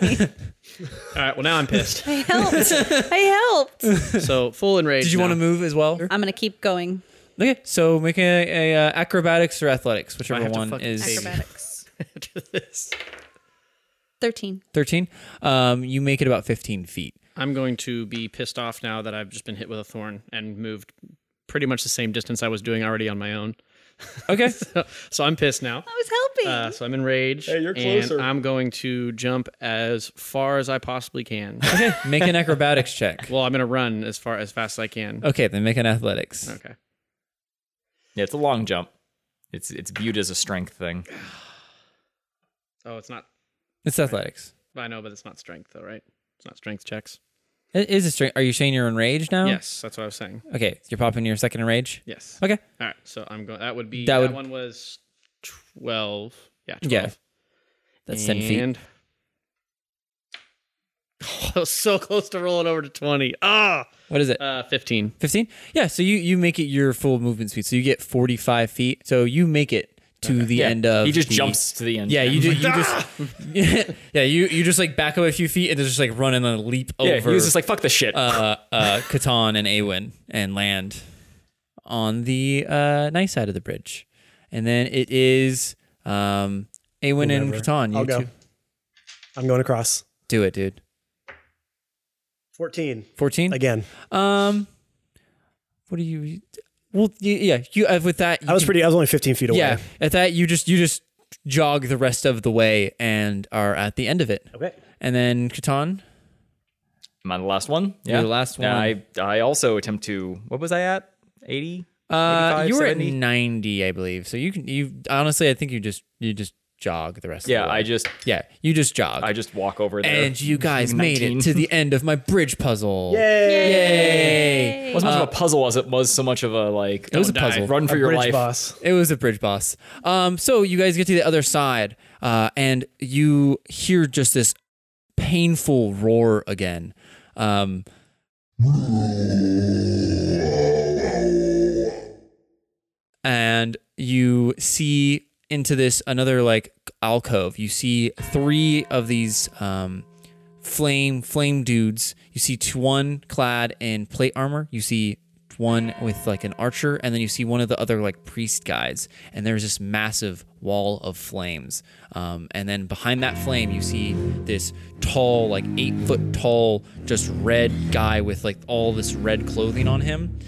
G: [laughs] All right. Well, now I'm pissed.
J: [laughs]
E: I helped. I helped.
G: so full enrage.
J: Did you [laughs] want to move as well?
L: I'm gonna keep going.
J: Okay, so make a, a uh, acrobatics or athletics, whichever
G: have to
J: one
G: fucking
J: is.
G: save
L: Acrobatics.
G: to this?
L: 13.
J: 13. Um, you make it about 15 feet.
G: I'm going to be pissed off now that I've just been hit with a thorn and moved pretty much the same distance I was doing already on my own. [laughs]
J: [laughs] Okay.
G: So I'm pissed now.
E: I was helping.
G: Uh, so I'm enraged. Hey, you're closer. And I'm going to jump as far as I possibly
J: [laughs]
G: can.
J: make an acrobatics check.
G: well, I'm going to run as far as fast as I can.
J: Okay, then make an athletics.
G: Okay.
F: Yeah, it's a long jump. It's it's viewed as a strength thing.
G: Oh, it's not.
J: It's athletics.
G: I know, but it's not strength though, right? It's not strength checks.
J: It is a strength. Are you saying you're enraged now?
G: Yes, that's what I was saying.
J: Okay, you're popping your second enrage.
G: Yes.
J: Okay.
G: All right. So I'm going. That would be.
J: That
G: That,
J: would-
G: one was twelve. Yeah. 12.
J: Yeah. That's ten feet.
G: And- [laughs] Oh, I was so close to rolling over to twenty. Ah.
J: What is it?
G: Uh, fifteen.
J: Fifteen. yeah. So you you make it your full movement speed. So you get forty five feet. So you make it to the
F: yeah.
J: end of.
F: He just
J: the-
F: jumps to the end.
J: Yeah, you, ju- you
F: [laughs]
J: just [laughs] yeah you you just like back up a few feet and then just like run and then leap
F: Yeah,
J: over
F: he was just like, fuck this shit.
J: uh uh Catan and Awen and land on the uh nice side of the bridge, and then it is um Awen and
A: Whoever.
J: Catan. You
A: I'll go.
J: two
A: I'm going across.
J: do it, dude.
A: 14.
J: Fourteen
A: Again.
J: Um, what do you? Well, y- yeah, you uh, with that.
A: I was
J: you-
A: pretty, I was only 15 feet away.
J: Yeah, at that you just you just jog the rest of the way and are at the end of it.
A: Okay.
J: And then Catan,
F: Am I the last one?
J: You're the last
F: Yeah,
J: one.
F: I, I also attempt to. What was I at? 80?
J: uh,
F: 85,
J: you were
F: 70?
J: at ninety, I believe. So you can you honestly, I think you just you just jog the rest of
F: Yeah,
J: the way.
F: I just
J: Yeah, you just jog.
F: I just walk over there. [laughs]
J: and you guys made
F: 19.
J: it to the end of my bridge
F: [laughs]
J: puzzle.
F: It [laughs] wasn't much of a puzzle as it was so much of a like
J: Uh, It was
F: don't
J: a
F: die,
J: puzzle.
F: Run for your
A: Bridge
F: life.
A: boss.
J: It was a bridge boss. Um, so you guys get to the other side, uh, and you hear just this painful roar again. Um, and you see into this another like alcove. You see three of these um, flame flame dudes. You see t- one clad in plate armor. You see one with like an archer, and then you see one of the other like priest guys. And there's this massive wall of flames. Um, and then behind that flame, you see this tall, like eight foot tall, just red guy with like all this red clothing on him.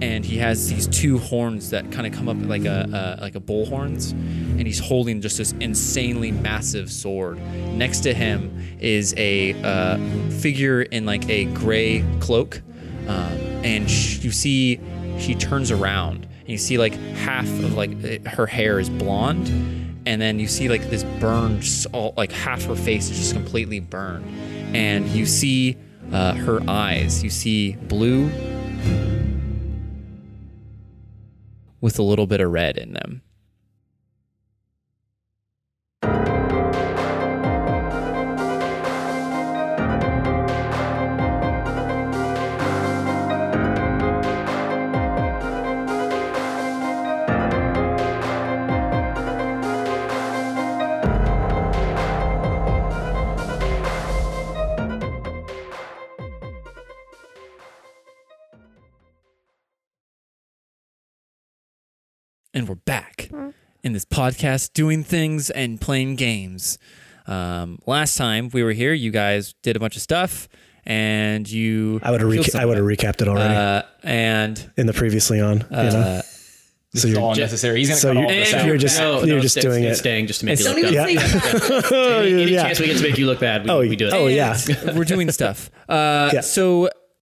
J: And he has these two horns that kind of come up like a uh, like a bull horns, and he's holding just this insanely massive sword. Next to him is a uh, figure in like a gray cloak, um, and sh- you see she turns around and you see like half of like it- her hair is blonde and then you see like this burned s- all like half her face is just completely burned and you see uh, her eyes you see blue with a little bit of red in them and we're back
A: Mm-hmm.
J: in this podcast doing things and playing games. Um, last time we were here, you guys did a bunch of stuff, and you
A: I would have
J: killed
A: reca- I
J: someone.
A: would have recapped it already
J: uh, and
A: in the previously on. You know?
J: uh,
A: So
F: It's all
A: you're
F: unnecessary. He's gonna
A: so
F: cut all
A: you're,
F: this
A: you're
F: out.
A: just
G: No,
A: you're
G: no,
A: just
G: it's-
A: doing
G: it's
A: it.
G: staying just to make you
E: Don't
G: look
E: even
G: dumb. [laughs]
E: say that.
A: Oh
G: Any
A: [laughs] yeah.
J: Uh,
G: chance we get to make you look bad, we,
A: Oh,
G: we do it.
A: oh yeah.
J: we're doing stuff. Uh,
A: [laughs] Yeah.
J: So